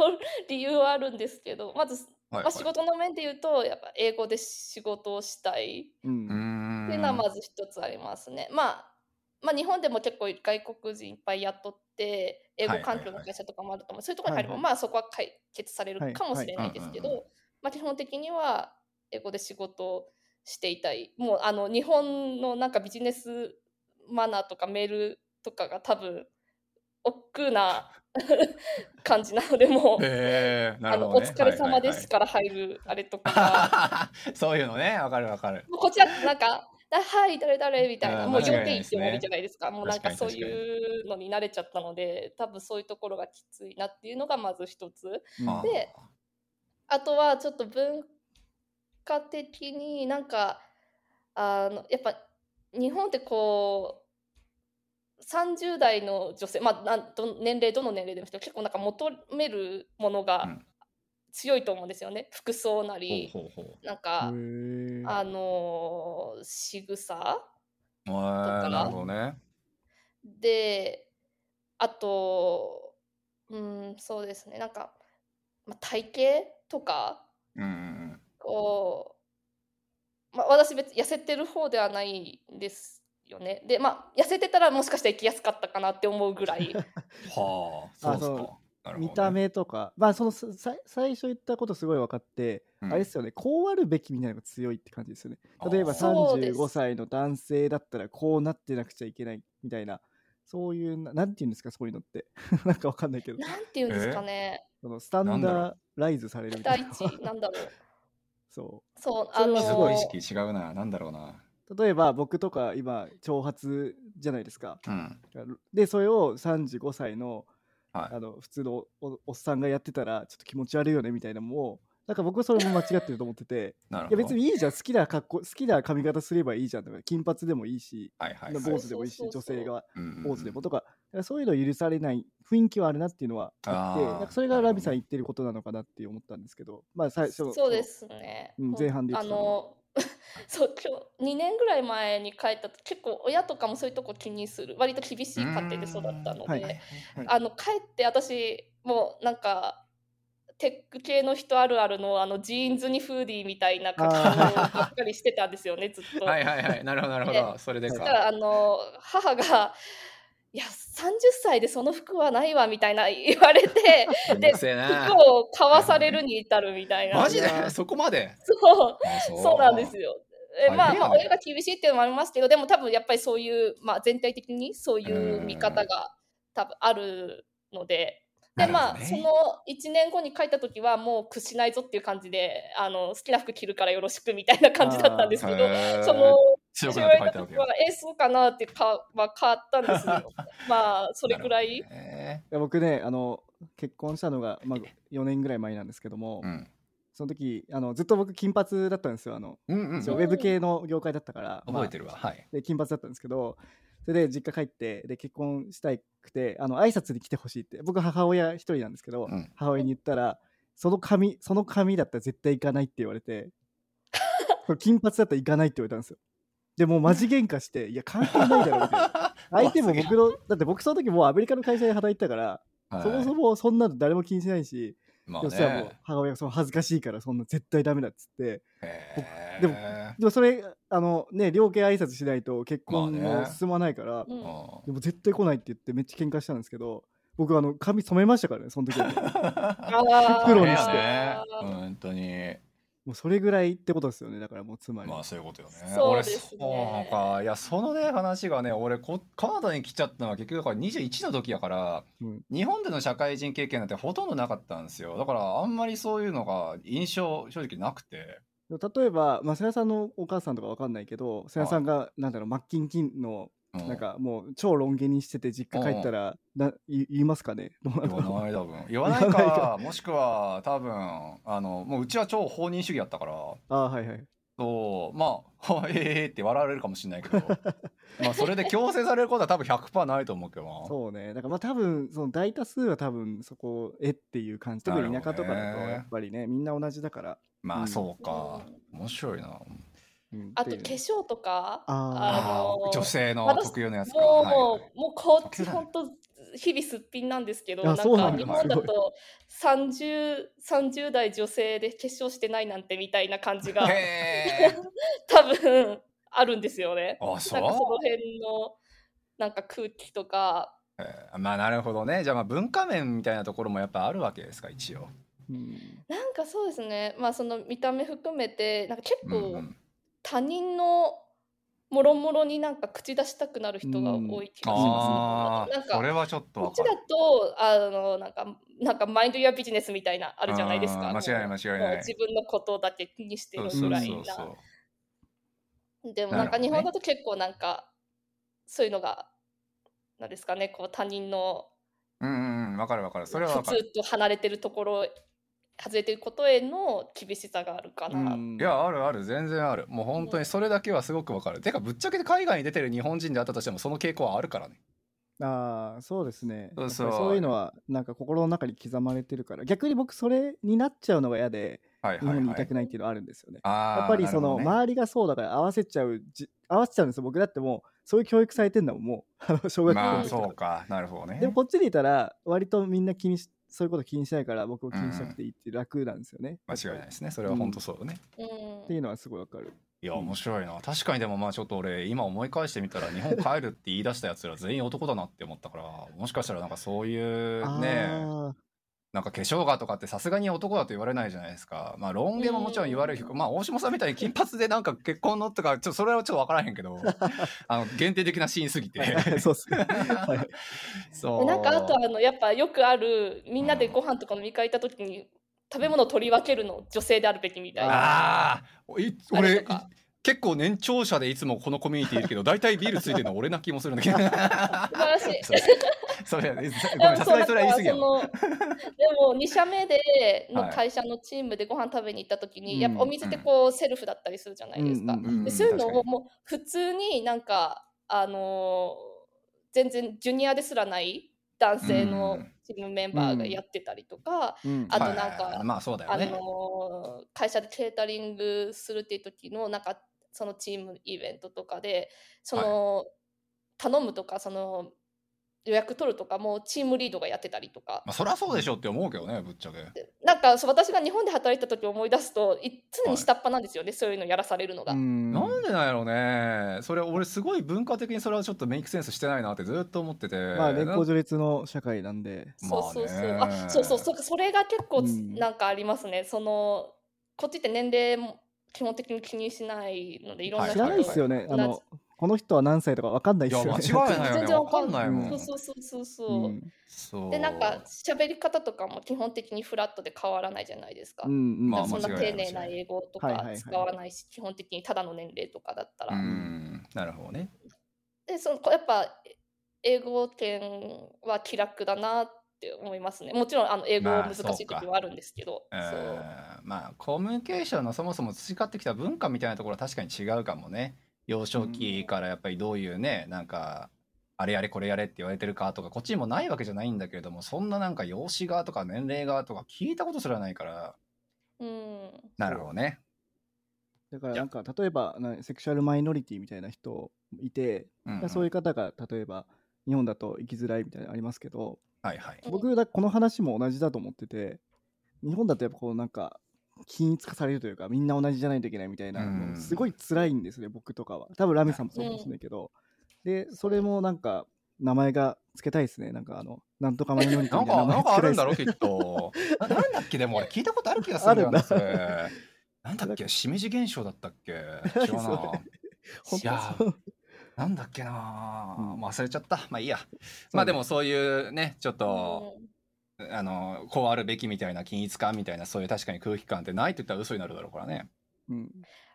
理由はあるんですけど、まず、はいまあ、仕事の面で言うと、やっぱ英語で仕事をしたいうんうーん。っていうのはまず一つありますね。まあ、まあ、日本でも結構外国人いっぱい雇って、英語環境の会社とかもあると思う、そういうところに入れば、はいはまあそこは解決されはるいかもしれないですけど、はいまあ、基本的には英語で仕事をしていたい。もうあの日本のなんかビジネスマナーとかメールとかが多分、億劫な感じなので、もう、へえ、なあるのほど、おね。疲れ様ですか。から入るあれとか。 そういうのね、わかるわかる。もうこっちだってなんか、あはい、誰誰みたいな、うんもう間違い4ない点でいっすてねもいいじゃないですか、もうなんか確かそうに確かにいうのに慣れちゃったので、多分そういうところがきついなっていうのがまず一つ。あーで、あとはちょっと文化的になんか、あのやっぱ日本ってこう、30代の女性、まあ、なんど年齢どの年齢でもいいですけど結構なんか求めるものうがん強いと思うんですよね、服装なり、ほうほうほなんか、へーあのー、仕草う。へーらなるほどね。であとうんそうですねなんか、まあ、体型とかうんうんこう、まあ、私別に痩せてる方ではないんですよねでまあ痩せてたらもしかしたら生きやすかったかなって思うぐら いうん。はあ、そうですか。なるほどね見た。目とか、まあそのささ最初言ったことすごい分かって、うんあれですよね、こうあるべきみたいなのが強いって感じですよね。例えばあーそうです35歳の男性だったらこうなってなくちゃいけないみたいな、そういうな、なんて言うんですか、そういうのって。 なんか分かんないけど、なんていうんですかねそのスタンなんだろダーライズされる期みた待いな。値なんだろう そそうあそれのはすごい意識違うな。なんだろうな。う例えば僕とか今、長髪じゃないですか。うん。で、それを35歳のはい。あの普通のおおっさんがやってたらちょっと気持ち悪いよねみたいなのもなんか僕はそれも間違ってると思っててなるいほど。や別にいいじゃん好きな格好好きな髪型すればいいじゃんとか金髪でもいいしはいはいはい。坊主でもいいしそ女うそうそう性がうんうんうん坊主でもとかだからそういうの許されない雰囲気はあるなっていうのはあってあーなんかそれがラビさん言ってることなのかなって思ったんですけどまあ最初のそうですね。うんほん前半で言あってたのの そう今日2年ぐらい前に帰ったと結構親とかもそういうとこ気にする割と厳しい家庭で育ったうーので、んはいあの帰って私もうなんかテック系の人あるあるのあのジーンズにフーディーみたいな格好あばっかりしてたんですよねずっと。はいはいはい。なるほどなるほど。それでそしか。たらあの母が「いや30歳でその服はないわ」みたいな言われ てめんどくせえな服を買わされるに至るみたいな。マジいやでそこまでそうあそうなんですよ。大変えまあ、やねまあ、親が厳しいっていうのもありますけど、でも多分やっぱりそういう、まあ、全体的にそういう見方が多分あるので、なで、るほまどあ、ねその1年後に書いた時は、もう屈しないぞっていう感じで、あの、好きな服着るからよろしくみたいな感じだったんですけど、へーその、強く父なって親書いてあるのわけ時よは、え、そうかなってか、まあ、変わったんです よ。まあ、それくらいなる。ほどねいや僕ねあの結婚したのが、まあ、4年ぐらい前なんですけども、うんその時あのずっと僕金髪だったんですよあの、うんうんうん一応ウェブ系の業界だったから、まあ覚えてるわはいで金髪だったんですけどそれで実家帰ってで結婚したくてあの挨拶に来てほしいって僕母親一人なんですけど、うん母親に言ったらその髪その髪だったら絶対行かないって言われてこれ金髪だったら行かないって言われたんですよでもうマジ喧嘩していや関係な いだろみたいな相手も僕のだって僕その時もうアメリカの会社で働いてたから、そももそもそんなの誰も気にしないし、まあでもそしたらもうね母親がその恥ずかしいからそんな絶対ダメだっつってへーでもでもそれあのね両家挨拶しないと結婚まあもね進まないから、うんうんでも絶対来ないって言ってめっちゃ喧嘩したんですけど僕あの髪染めましたからねその 時はあー黒にしてね本当にもうそれぐらいってことですよねだからもうつまり、まあそういうことよねそうですね俺そうかいやそのね話がね俺こカナダに来ちゃったのは結局だから21の時やからうん日本での社会人経験なんてほとんどなかったんですよだからあんまりそういうのが印象正直なくて例えば、まあ、瀬谷さんのお母さんとかわかんないけど瀬谷さんがなんだろうマッキンキンのうんなんかもう超論議にしてて実家帰ったらな言言いますかねどうな言のわない多 分言わない言わないかもしくは多分あのもううちは超放任主義やったからああはいはいそうまあ ええええって笑われるかもしれないけ どまあそれで強制されることは多分100%ないと思うけどなそうねだからまあ多分その大多数は多分そこえっていう感じ特に田舎とかなるだほとどねやっぱりねみんな同じだから、まうあんそうか、面白いなうんあと化っていう粧とあかああのー女性の私特有のやつかもう、はいはいもうこっち時々本当日々すっぴんなんですけど、あなんそうなんかだ日本だすごと30 30代女性で化粧してないなんてみたいな感じがへえ多分あるんですよね。あなんかそのそう辺のなんか空気とか、えーまあなるほどねじゃあまあ文化面みたいなところもやっぱあるわけですか一応うんなんかそうですね、まあその見た目含めて、なんか結うんう構ん他人のもろもろになんか口出したくなる人が多い気がしあまあす、ね。なんかそれはちょっとこわっちかだるとあのなんかなんかマインドやビジネスみたいなあるじゃないですか。うん間違いない間違いないもう自分のことだけ気にしてるそぐうらいそな。うそうでもなんかなる日ほどね本だと結構なんかそういうのがなんですかねこう他人のうんうんうんわかるわかるそれはわ普かる通と離れてるところ外れてることへの厳しさがあるかな。うんいやあるある全然あるもう本当にそれだけはすごくわかるてかぶっちゃけて海外に出てる日本人であったとしてもその傾向はあるからねあーそうですねそうそうやっぱりそういうのはなんか心の中に刻まれてるから逆に僕それになっちゃうのが嫌ではい日はい本にはいたいくないっていうのはあるんですよね、あーやっぱりその、なるほどね周りがそうだから合わせちゃうじ合わせちゃうんですよ僕だってもうそういう教育されてんだもんもうあ の小学校まのあ時とかそうかなるほどねでもこっちにいたら割とみんな気にしそういうこと気にしないから僕も気にしなくていいって楽なんですよね、間違いないですねそれは本当そうよね、うんっていうのはすごいわかるいや面白いな確かにでもまあちょっと俺今思い返してみたら日本帰るって言い出したやつら全員男だなって思ったからもしかしたらなんかそういうねあーなんか化粧がとかってさすがに男だと言われないじゃないですかまあロン毛ももちろん言われるけどまあ大島さんみたいに金髪でなんか結婚のとかちょっとそれはちょっと分からへんけどあの限定的なシーンすぎて はいそうっすね、はい、そでうなんかあとあのやっぱよくあるみんなでうんご飯とか飲み会行った時に食べ物を取り分けるの女性であるべきみたいな。あーいあ俺れいとか結構年長者でいつもこのコミュニティいるけど大体ビールついてるの俺な気もするんだけど素晴ら しい。そうそ れごめんさすがにそれは言い過ぎやわそうだからそのでも2社目でのはい会社のチームでご飯食べに行った時に、うんやっぱお水ってこう、セルフだったりするじゃ ないですか。うんうんうんでそういうの確かをもう普通になんかあのー全然ジュニアですらない男性のチームメンバーがやってたりとか、うんあとなんかはいまあそうだよあね、のー会社でケータリングするっていう時のなんかそのチームイベントとかでその、頼むとかその予約取るとかもチームリードがやってたりとかまあ、そりゃそうでしょって思うけどねぶっちゃけなんかそう私が日本で働いてた時思い出すとい常はいに下っ端なんですよね、そういうのやらされるのが。うんなんでなんやろうねそれ俺すごい文化的にそれはちょっとメイクセンスしてないなってずっと思っててまあ年功な序列の社会なんでそうそうそう、まあねあそうそうそうそれが結構うつんなんかありますね、そのこっちって年齢も基本的に気にしないのでいろんなはい知人らとないですよね、同あじのこの人は何歳とかわかんないいですやよ間ね 違いないよ全ね然わわかかんんないもん、うそんうそうそううそうそう、んそうでなんか喋り方とかも基本的にフラットで変わらないじゃないですか。うんうんまあそんな間違いない丁寧な英語とはいはいかはい使わないし、基本的にただの年齢とかだったうら。んなるほどねでそのこやっぱ英語圏は気楽だなって思いますね。もちろんあの英語まあ難しいそうか時はあるんですけど。うんそうまあコミュニケーションのそもそも培ってきた文化みたいなところは確かに違うかもね幼少期からやっぱりどういうねなんかあれやれこれやれって言われてるかとかこっちにもないわけじゃないんだけれどもそんななんか容姿がとか年齢がとか聞いたことすらないからうんなるほどねだからなんか例えばなセクシャルマイノリティみたいな人いて、うんうんそういう方が例えば日本だと生きづらいみたいなのありますけどはいはい僕だこの話も同じだと思ってて日本だとやっぱこうなんか均一化されるというかみんな同じじゃないといけないみたいなうんのすごい辛いんですね、僕とかは多分ラミさんもそうかもしれないけど、でそれもなんか名前が付けたいですねなんかあのなんとかマイノリティなんみたいなか、名前なん付かあけたいるでんすねだろ、きっと。ななんだっけ、でも俺聞いたことある気がするんだよな、あるんだそれ。なんだっけ、しめじ現象だったっけ。違うなそ。本いや当にそうなんだっけな、うん忘れちゃった。まあいいや。まあでもそういうね、ちょっと、うあの、こうあるべきみたいな均一感みたいな、そういう確かに空気感ってないって言ったら嘘になるだろうからね。うん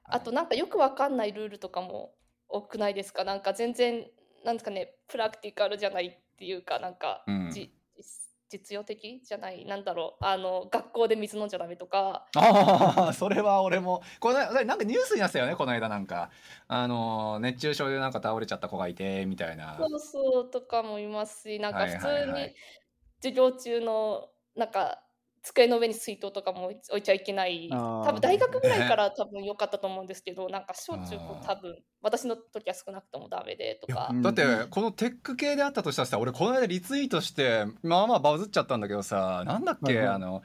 あとなんかよくわかんないルールとかも多くないですかなんか全然なんですかねプラクティカルじゃないっていうかなんか、うんじ実用的じゃないなんだろうあの学校で水飲んじゃダメとかああ、それは俺も、この間、なんかニュースになってたよね、この間なんか。あの、熱中症でなんか倒れちゃった子がいて、みたいな。そうそうとかもいますしなんかはい普はいはい通に授業中のなんか机の上に水筒とかも置い置いちゃいけないあー多分大学ぐらい から多分良かったと思うんですけどなんか小中高あー多分私の時は少なくともダメでとかいやだってう、このテック系であったとしたらさ、俺この間リツイートして、まあまあバズっちゃったんだけどさ、なんだっけ、はいはいあの、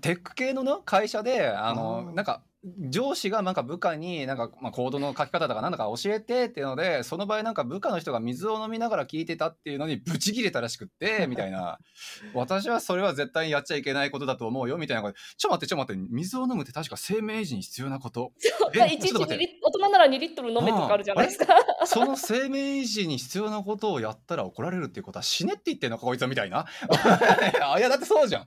テック系のな会社で、あの、あーなんか、上司がなんか部下になんか、まあ、コードの書き方とかなんだか教えてっていうので、その場合なんか部下の人が水を飲みながら聞いてたっていうのにブチ切れたらしく って、みたいな。私はそれは絶対にやっちゃいけないことだと思うよ、みたいなこと。ちょ待って、ちょ待って、水を飲むって確か生命維持に必要な こと。え まあ一ち日ょっと待2ってリッ大人なら2リットル飲めとかあるじゃないですか。その生命維持に必要なことをやったら怒られるっていうことは死ねって言ってんのかこいつはみたいな。 いやだってそうじゃん。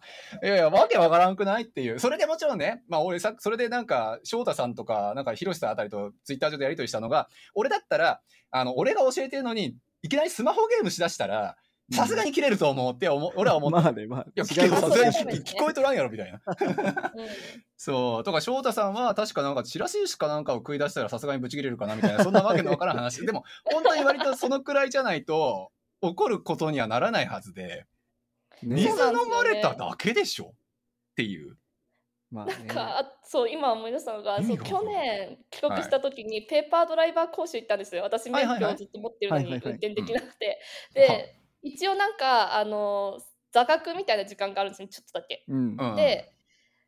いやいやわけわからんくないっていう。それでもちろんね、まあ俺さそれでなんか翔太さんとかなんか広瀬さんあたりとツイッター上でやり取りしたのが、俺だったらあの俺が教えてるのにいきなりスマホゲームしだしたらさすがに切れると思うって思う俺は思った。まあね、まあ。いや、違いますさよすがにそうですね聞こえとらんやろみたいな。 うんそう。とか、翔太さんは確かなんか、チラシ寿司かなんかを食い出したらさすがにブチ切れるかなみたいな、そんなわけのわからん 話。でも、本当に割とそのくらいじゃないと、怒ることにはならないはずで、水ね飲。まれただけでしょっていう。まあなんね。か、あそう、今思い出したのが、意そ味うが去わかんない年帰国した時に、ペーパードライバー講習行ったんですよ。私、はい免はいはい許をずっと持ってるのにはい運はいはい転できなくて。はで、一応なんか、あの、座学みたいな時間があるんですね、ちょっとだけ。うん。うん、で、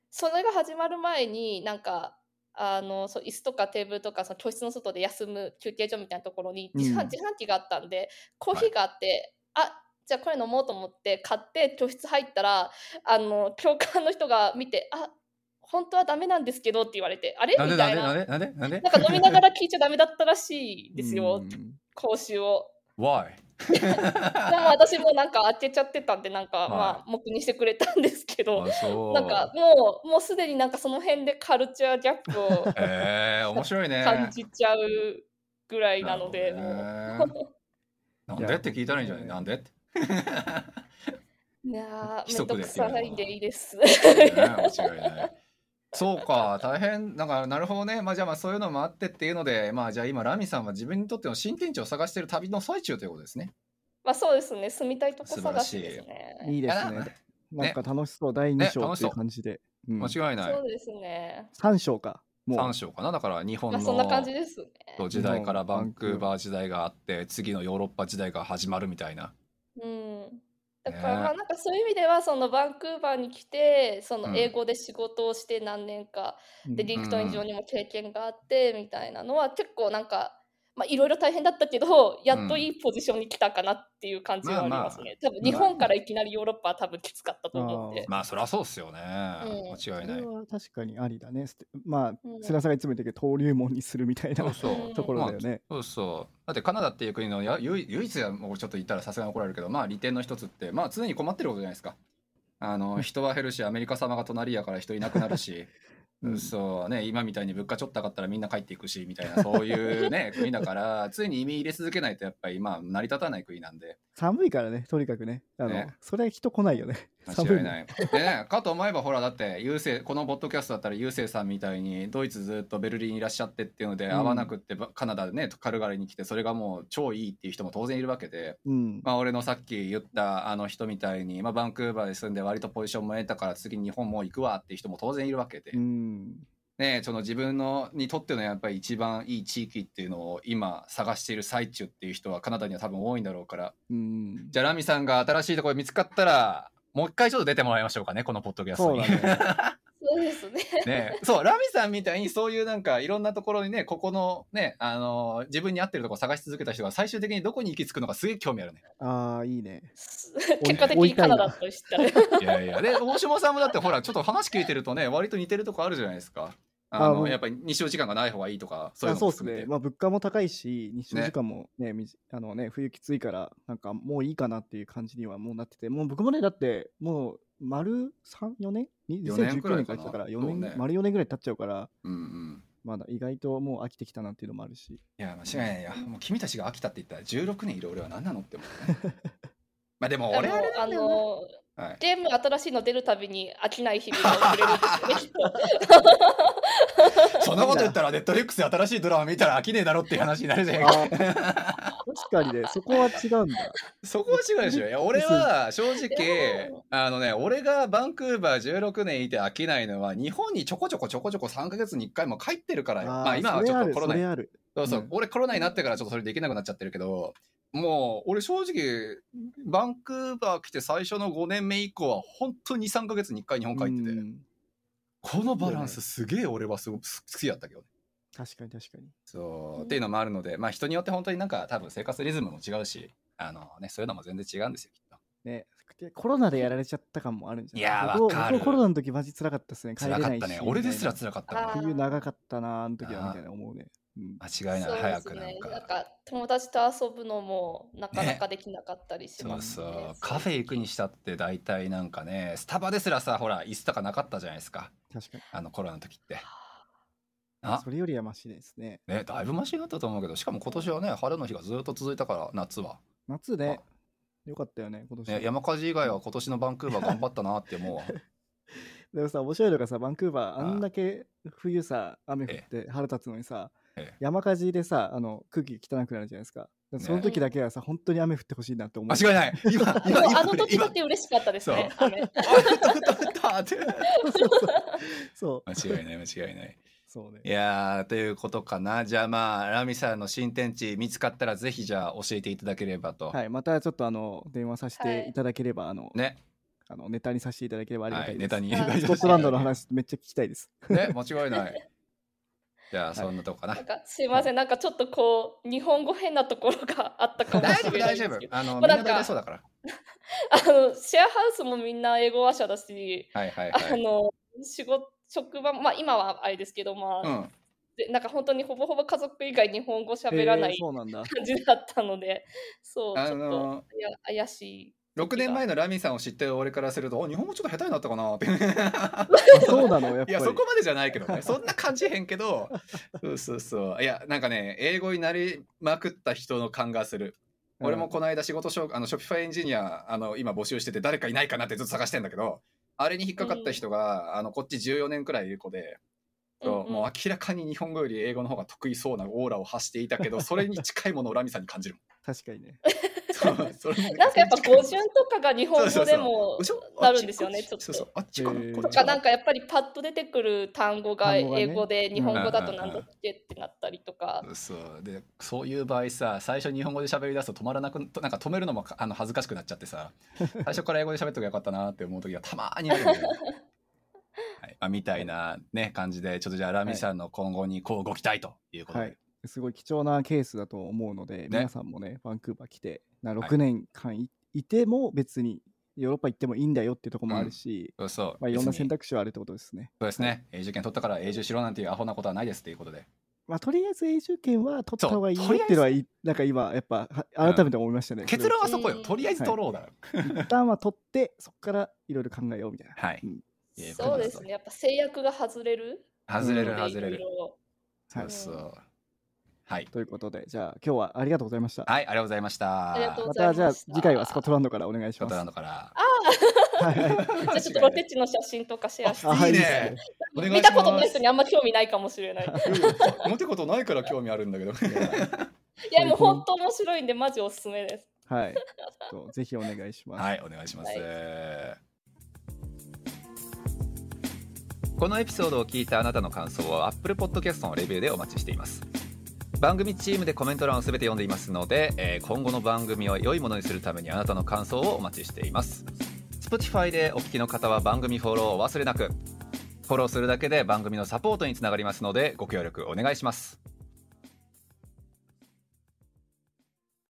それが始まる前に、なんか、あのそう椅子とかテーブルとかその教室の外で休む休憩所みたいなところに自販,、うん自販機があったんでコーヒーがあって、あじゃあこれ飲もうと思って買って教室入ったらあの教官の人が見て「あ本当はダメなんですけど」って言われて「あれ?」なんでみなたんいでななんでなんでなんでなんか飲みながら聞いちゃダメだったらしいですよ、うん講習を。 ?Why? でも私もなんか開けちゃってたんでなんか、いまあ黙にしてくれたんですけど。あそう。なんかもうもうすでになんかその辺でカルチャーギャップ をえー、面白いね。感じちゃうぐらいなので、なるほもどねなんでって聞いたらいいんじゃないなんでって。ういや規ーめん則どくですよさねいでいいです。ね、間違いない。そうか、大変、なんか、なるほどね。まあ、じゃあ、まあ、そういうのもあってっていうので、まあ、じゃあ、今、ラミさんは自分にとっての新天地を探している旅の最中ということですね。 まあそうですね住みたいとこ素晴ら探しいしですね。いいですね。なんか楽しそう、第2章っていう感じで。うん間違いないそ。うですね。 3章か。もう。 3章かな。だから、日本まのあそんな感じですね。そう時代から日本バンクーバー時代があって、次のヨーロッパ時代が始まるみたいな。うん。だかねらまあなんかそういう意味ではそのバンクーバーに来てそうんの英語で仕事をして何年か、うんでリクトン上にも経験があってみたいなのは結構なんか。まあ、いろいろ大変だったけど、やっといいポジションに来たかなっていう感じはありますね。多分日本からいきなりヨーロッパは多分きつかったと思うんで。まあ、そりゃそうっすよね。ん間違いそないれ。は確かにありだね。ステまあ、うん菅さんがいつも言ってるけど、登竜門にするみたいなそうそう。 ところだよね。そうそうだってカナダっていう国のや唯唯一はもうちょっと言ったらさすがに怒られるけどまあ利点の一つってまあ常に困ってることじゃないですかあの人は減るしアメリカ様が隣やから人いなくなるし、 うんそうね今みたいに物価ちょっと上がったらみんな帰っていくしみたいなそういうね 国だから常に意味入れ続けないとやっぱりまあ成り立たない国なんで寒いからね、とにかくね。あの、ねそれは人来ないよね。間寒違いいなね。い。でね、かと思えばほらだって郵政このポッドキャストだったら郵政さんみたいにドイツずっとベルリンいらっしゃってっていうのでうん合わなくってばカナダでね軽々に来てそれがもう超いいっていう人も当然いるわけで。うん。まあ、俺のさっき言ったあの人みたいに、まあ、バンクーバーで住んで割とポジションも得たから次に日本もう行くわっていう人も当然いるわけで、うん。ねえその自分のにとってのやっぱり一番いい地域っていうのを今探している最中っていう人はカナダには多分多いんだろうからうん。じゃあラミさんが新しいところ見つかったらもう一回ちょっと出てもらいましょうかねこのポッドキャストそうに。だねね。そうですね。そうラミさんみたいにそういうなんかいろんなところにねここのね、あの自分に合ってるところ探し続けた人が最終的にどこに行き着くのかすげえ興味あるね。ああ、いいね。結果的にカナダとしたら。いやいや、で、大島さんもだってほら、ちょっと話聞いてるとね、割と似てるとこあるじゃないですか。ああもの、うやっぱり日照時間がない方がいいとか、そういうあのもそうです含めね。て。まあ、物価も高いし、日照時間もね、みじあのね、冬きついから、なんかもういいかなっていう感じにはもうなってて、もう僕もね、だって、もう丸3、4年に ?2019 四年くらいかな年から来たから、4そう年、ね丸4年ぐらい経っちゃうから、うんうん。まだ意外ともう飽きてきたなっていうのもあるし。いや、間違いないや。もう君たちが飽きたって言ったら16年いる俺は何なのって思うね、まあ でも俺あれあなんだよねのはい、ゲーム新しいの出るたびに飽きない日々が送れるんですよねきっと。そんなこと言ったらネットフリックスで新しいドラマ見たら飽きねえだろっていう話になるじゃんあ確かにね、そこは違 うんだ。そこは違うでしょい や俺は正直あのね俺がバンクーバー16年いて飽きないのは日本にちょこちょこちょこちょこ3ヶ月に1回も帰ってるからよまあー今はそちれょあっとるコロそナれある。そうそう、うん俺コロナになってからちょっとそれできなくなっちゃってるけど、もう俺正直、バンクーバー来て最初の5年目以降は本当に2、3ヶ月に1回日本帰ってて、うんこのバランスすげえ俺はすごく好きやったけどね。確かに確かに。そうう、んっていうのもあるので、まあ人によって本当になんか多分生活リズムも違うし、あのね、そういうのも全然違うんですよ、きっと。ね、コロナでやられちゃった感もあるんじゃないいやー僕わかる僕コロナの時マジ辛かったですね。帰れ辛ないしかったね。俺ですら辛かったあーもん冬長かったな、あの時はみたいな思うね。うん、間違いない、早くなんなんか。か友達と遊ぶのもなかなかできなかったりしそうます、そねう。カフェ行くにしたって大体なんかね、スタバですらさ、ほら、椅子とかなかったじゃないですか。確かに。あのコロナの時って。あそれよりはマシですね。ね、だいぶマシになったと思うけど、しかも今年はね、晴れの日がずっと続いたから、夏は。夏で、よかったよね、今年。ね、山火事以外は今年のバンクーバー頑張ったなってもう、でもさ、面白いのがさ、バンクーバあー、あんだけ冬さ、雨降って腹立つのにさええ、山火事でさ、あの空気汚くなるじゃないですか。でもその時だけはさ、本当に雨降ってほしいなって思う。間違いない 今、も今、う今、あの時今、っあ、て嬉しかったですね。雨ふったふったふったって。そう、間違いない、間違いない。そうねい。やー、ということかな。じゃあまあ、ラミさんの新天地見つかったら、ぜひじゃあ教えていただければと。はい、またちょっとあの電話させはていいただければ、あのね、あのネタにさせていただければありがはたいい、でネす。タに。はいスコットランドの。話めっちゃ聞きたいです。ね、間違いない。じゃあ、そんなとこかななん。かすいません、なんかちょっとこう日本語変なところがあったかも大し丈夫、れな大丈いんです夫け。ど。あの、みんなまあな大んか体そうだから。あのシェアハウスもみんな英語話者だし、はいはいあはい。の仕事職場まあ今はあれですけどまあ、うん。でなんか本当にほぼほぼ家族以外日本語喋らなへーいそうなん だ。感じだったので、そうあちょっとの、いや怪しい。 6年前のラミさんを知ってる俺からすると、お日本語ちょっと下手になったかなって。 あそうなのやっぱいり。や、そこまでじゃないけどね。そんな感じへんけど、そうそうそう。いや、なんかね、英語になりまくった人の感がする。うん俺もこの間仕事紹介あの、ショピファイエンジニア、あの、今募集してて、誰かいないかなってずっと探してんだけど、あれに引っかかった人が、あの、こっち14年くらいいる子で、そうもう明らかに日本語より英語の方が得意そうなオーラを発していたけど、それに近いものをラミさんに感じ るもん。確かにね。そうそれになんかやっぱ語順とかが日本そうそう語そうでもうしょなるんですよね、ちそょうっそうそうと。あっちかな、えーこっちがかななんかやっぱりパッと出てくる単語が単語がね英語で日本語だとうんなんだっけってなったりとか。そうでそういう場合さ最初日本語で喋り出すと止まらなくとなんか止めるのもかあの恥ずかしくなっちゃってさ最初から英語で喋っとけばよかったなって思う時がたまーにあるんだよね、はいまあ、みたいな、ね、感じでちょっとじゃあラミさんの今後にこうご期待ということで、はい。すごい貴重なケースだと思うので、皆さんもね、バンクーバー来て、な6年間いいても別にヨーロッパ行ってもいいんだよっていうところもあるし、そうそう、まあいろんな別に選択肢はあるってことですね。そうですね永住権取ったから永住しろなんていうアホなことはないですっていうことでまあとりあえず永住権は取った方がいいよっそうていうのはいいなんか今やっぱは改めて思いましたね。結論はそこようんとりあえず取ろうだよ一旦は取って、そこからいろいろ考えようみたいな。はいうんいうことそうだですね、やっぱ制約が外れる。外れるうん外れいるろいろそうはいそうはいということで、じゃあ今日はありがとうございました。はい、ありがとうございました。ありがとまうございたましじたゃあ次回はスコットランドからお願いしスコッまトす。ランドから。はいはいじゃあちょっとロテッチの写真とかシェアしてあはいいねいいですねお願いします見たことない人にあんま興味ないかもし れない。うん持ってことないから興味あるんだけど。 いやもう本当面白いんでマジおすすめです。はい。ちょっとぜひお願いします。はい、お願いします。はこのエピソードを聞いたあなたの感想は Apple Podcast のレビューでお待ちしています。番組チームでコメント欄をすべて読んでいますので、えー今後の番組を良いものにするためにあなたの感想をお待ちしています。Spotify でお聞きの方は番組フォローをお忘れなく。フォローするだけで番組のサポートにつながりますのでご協力お願いします。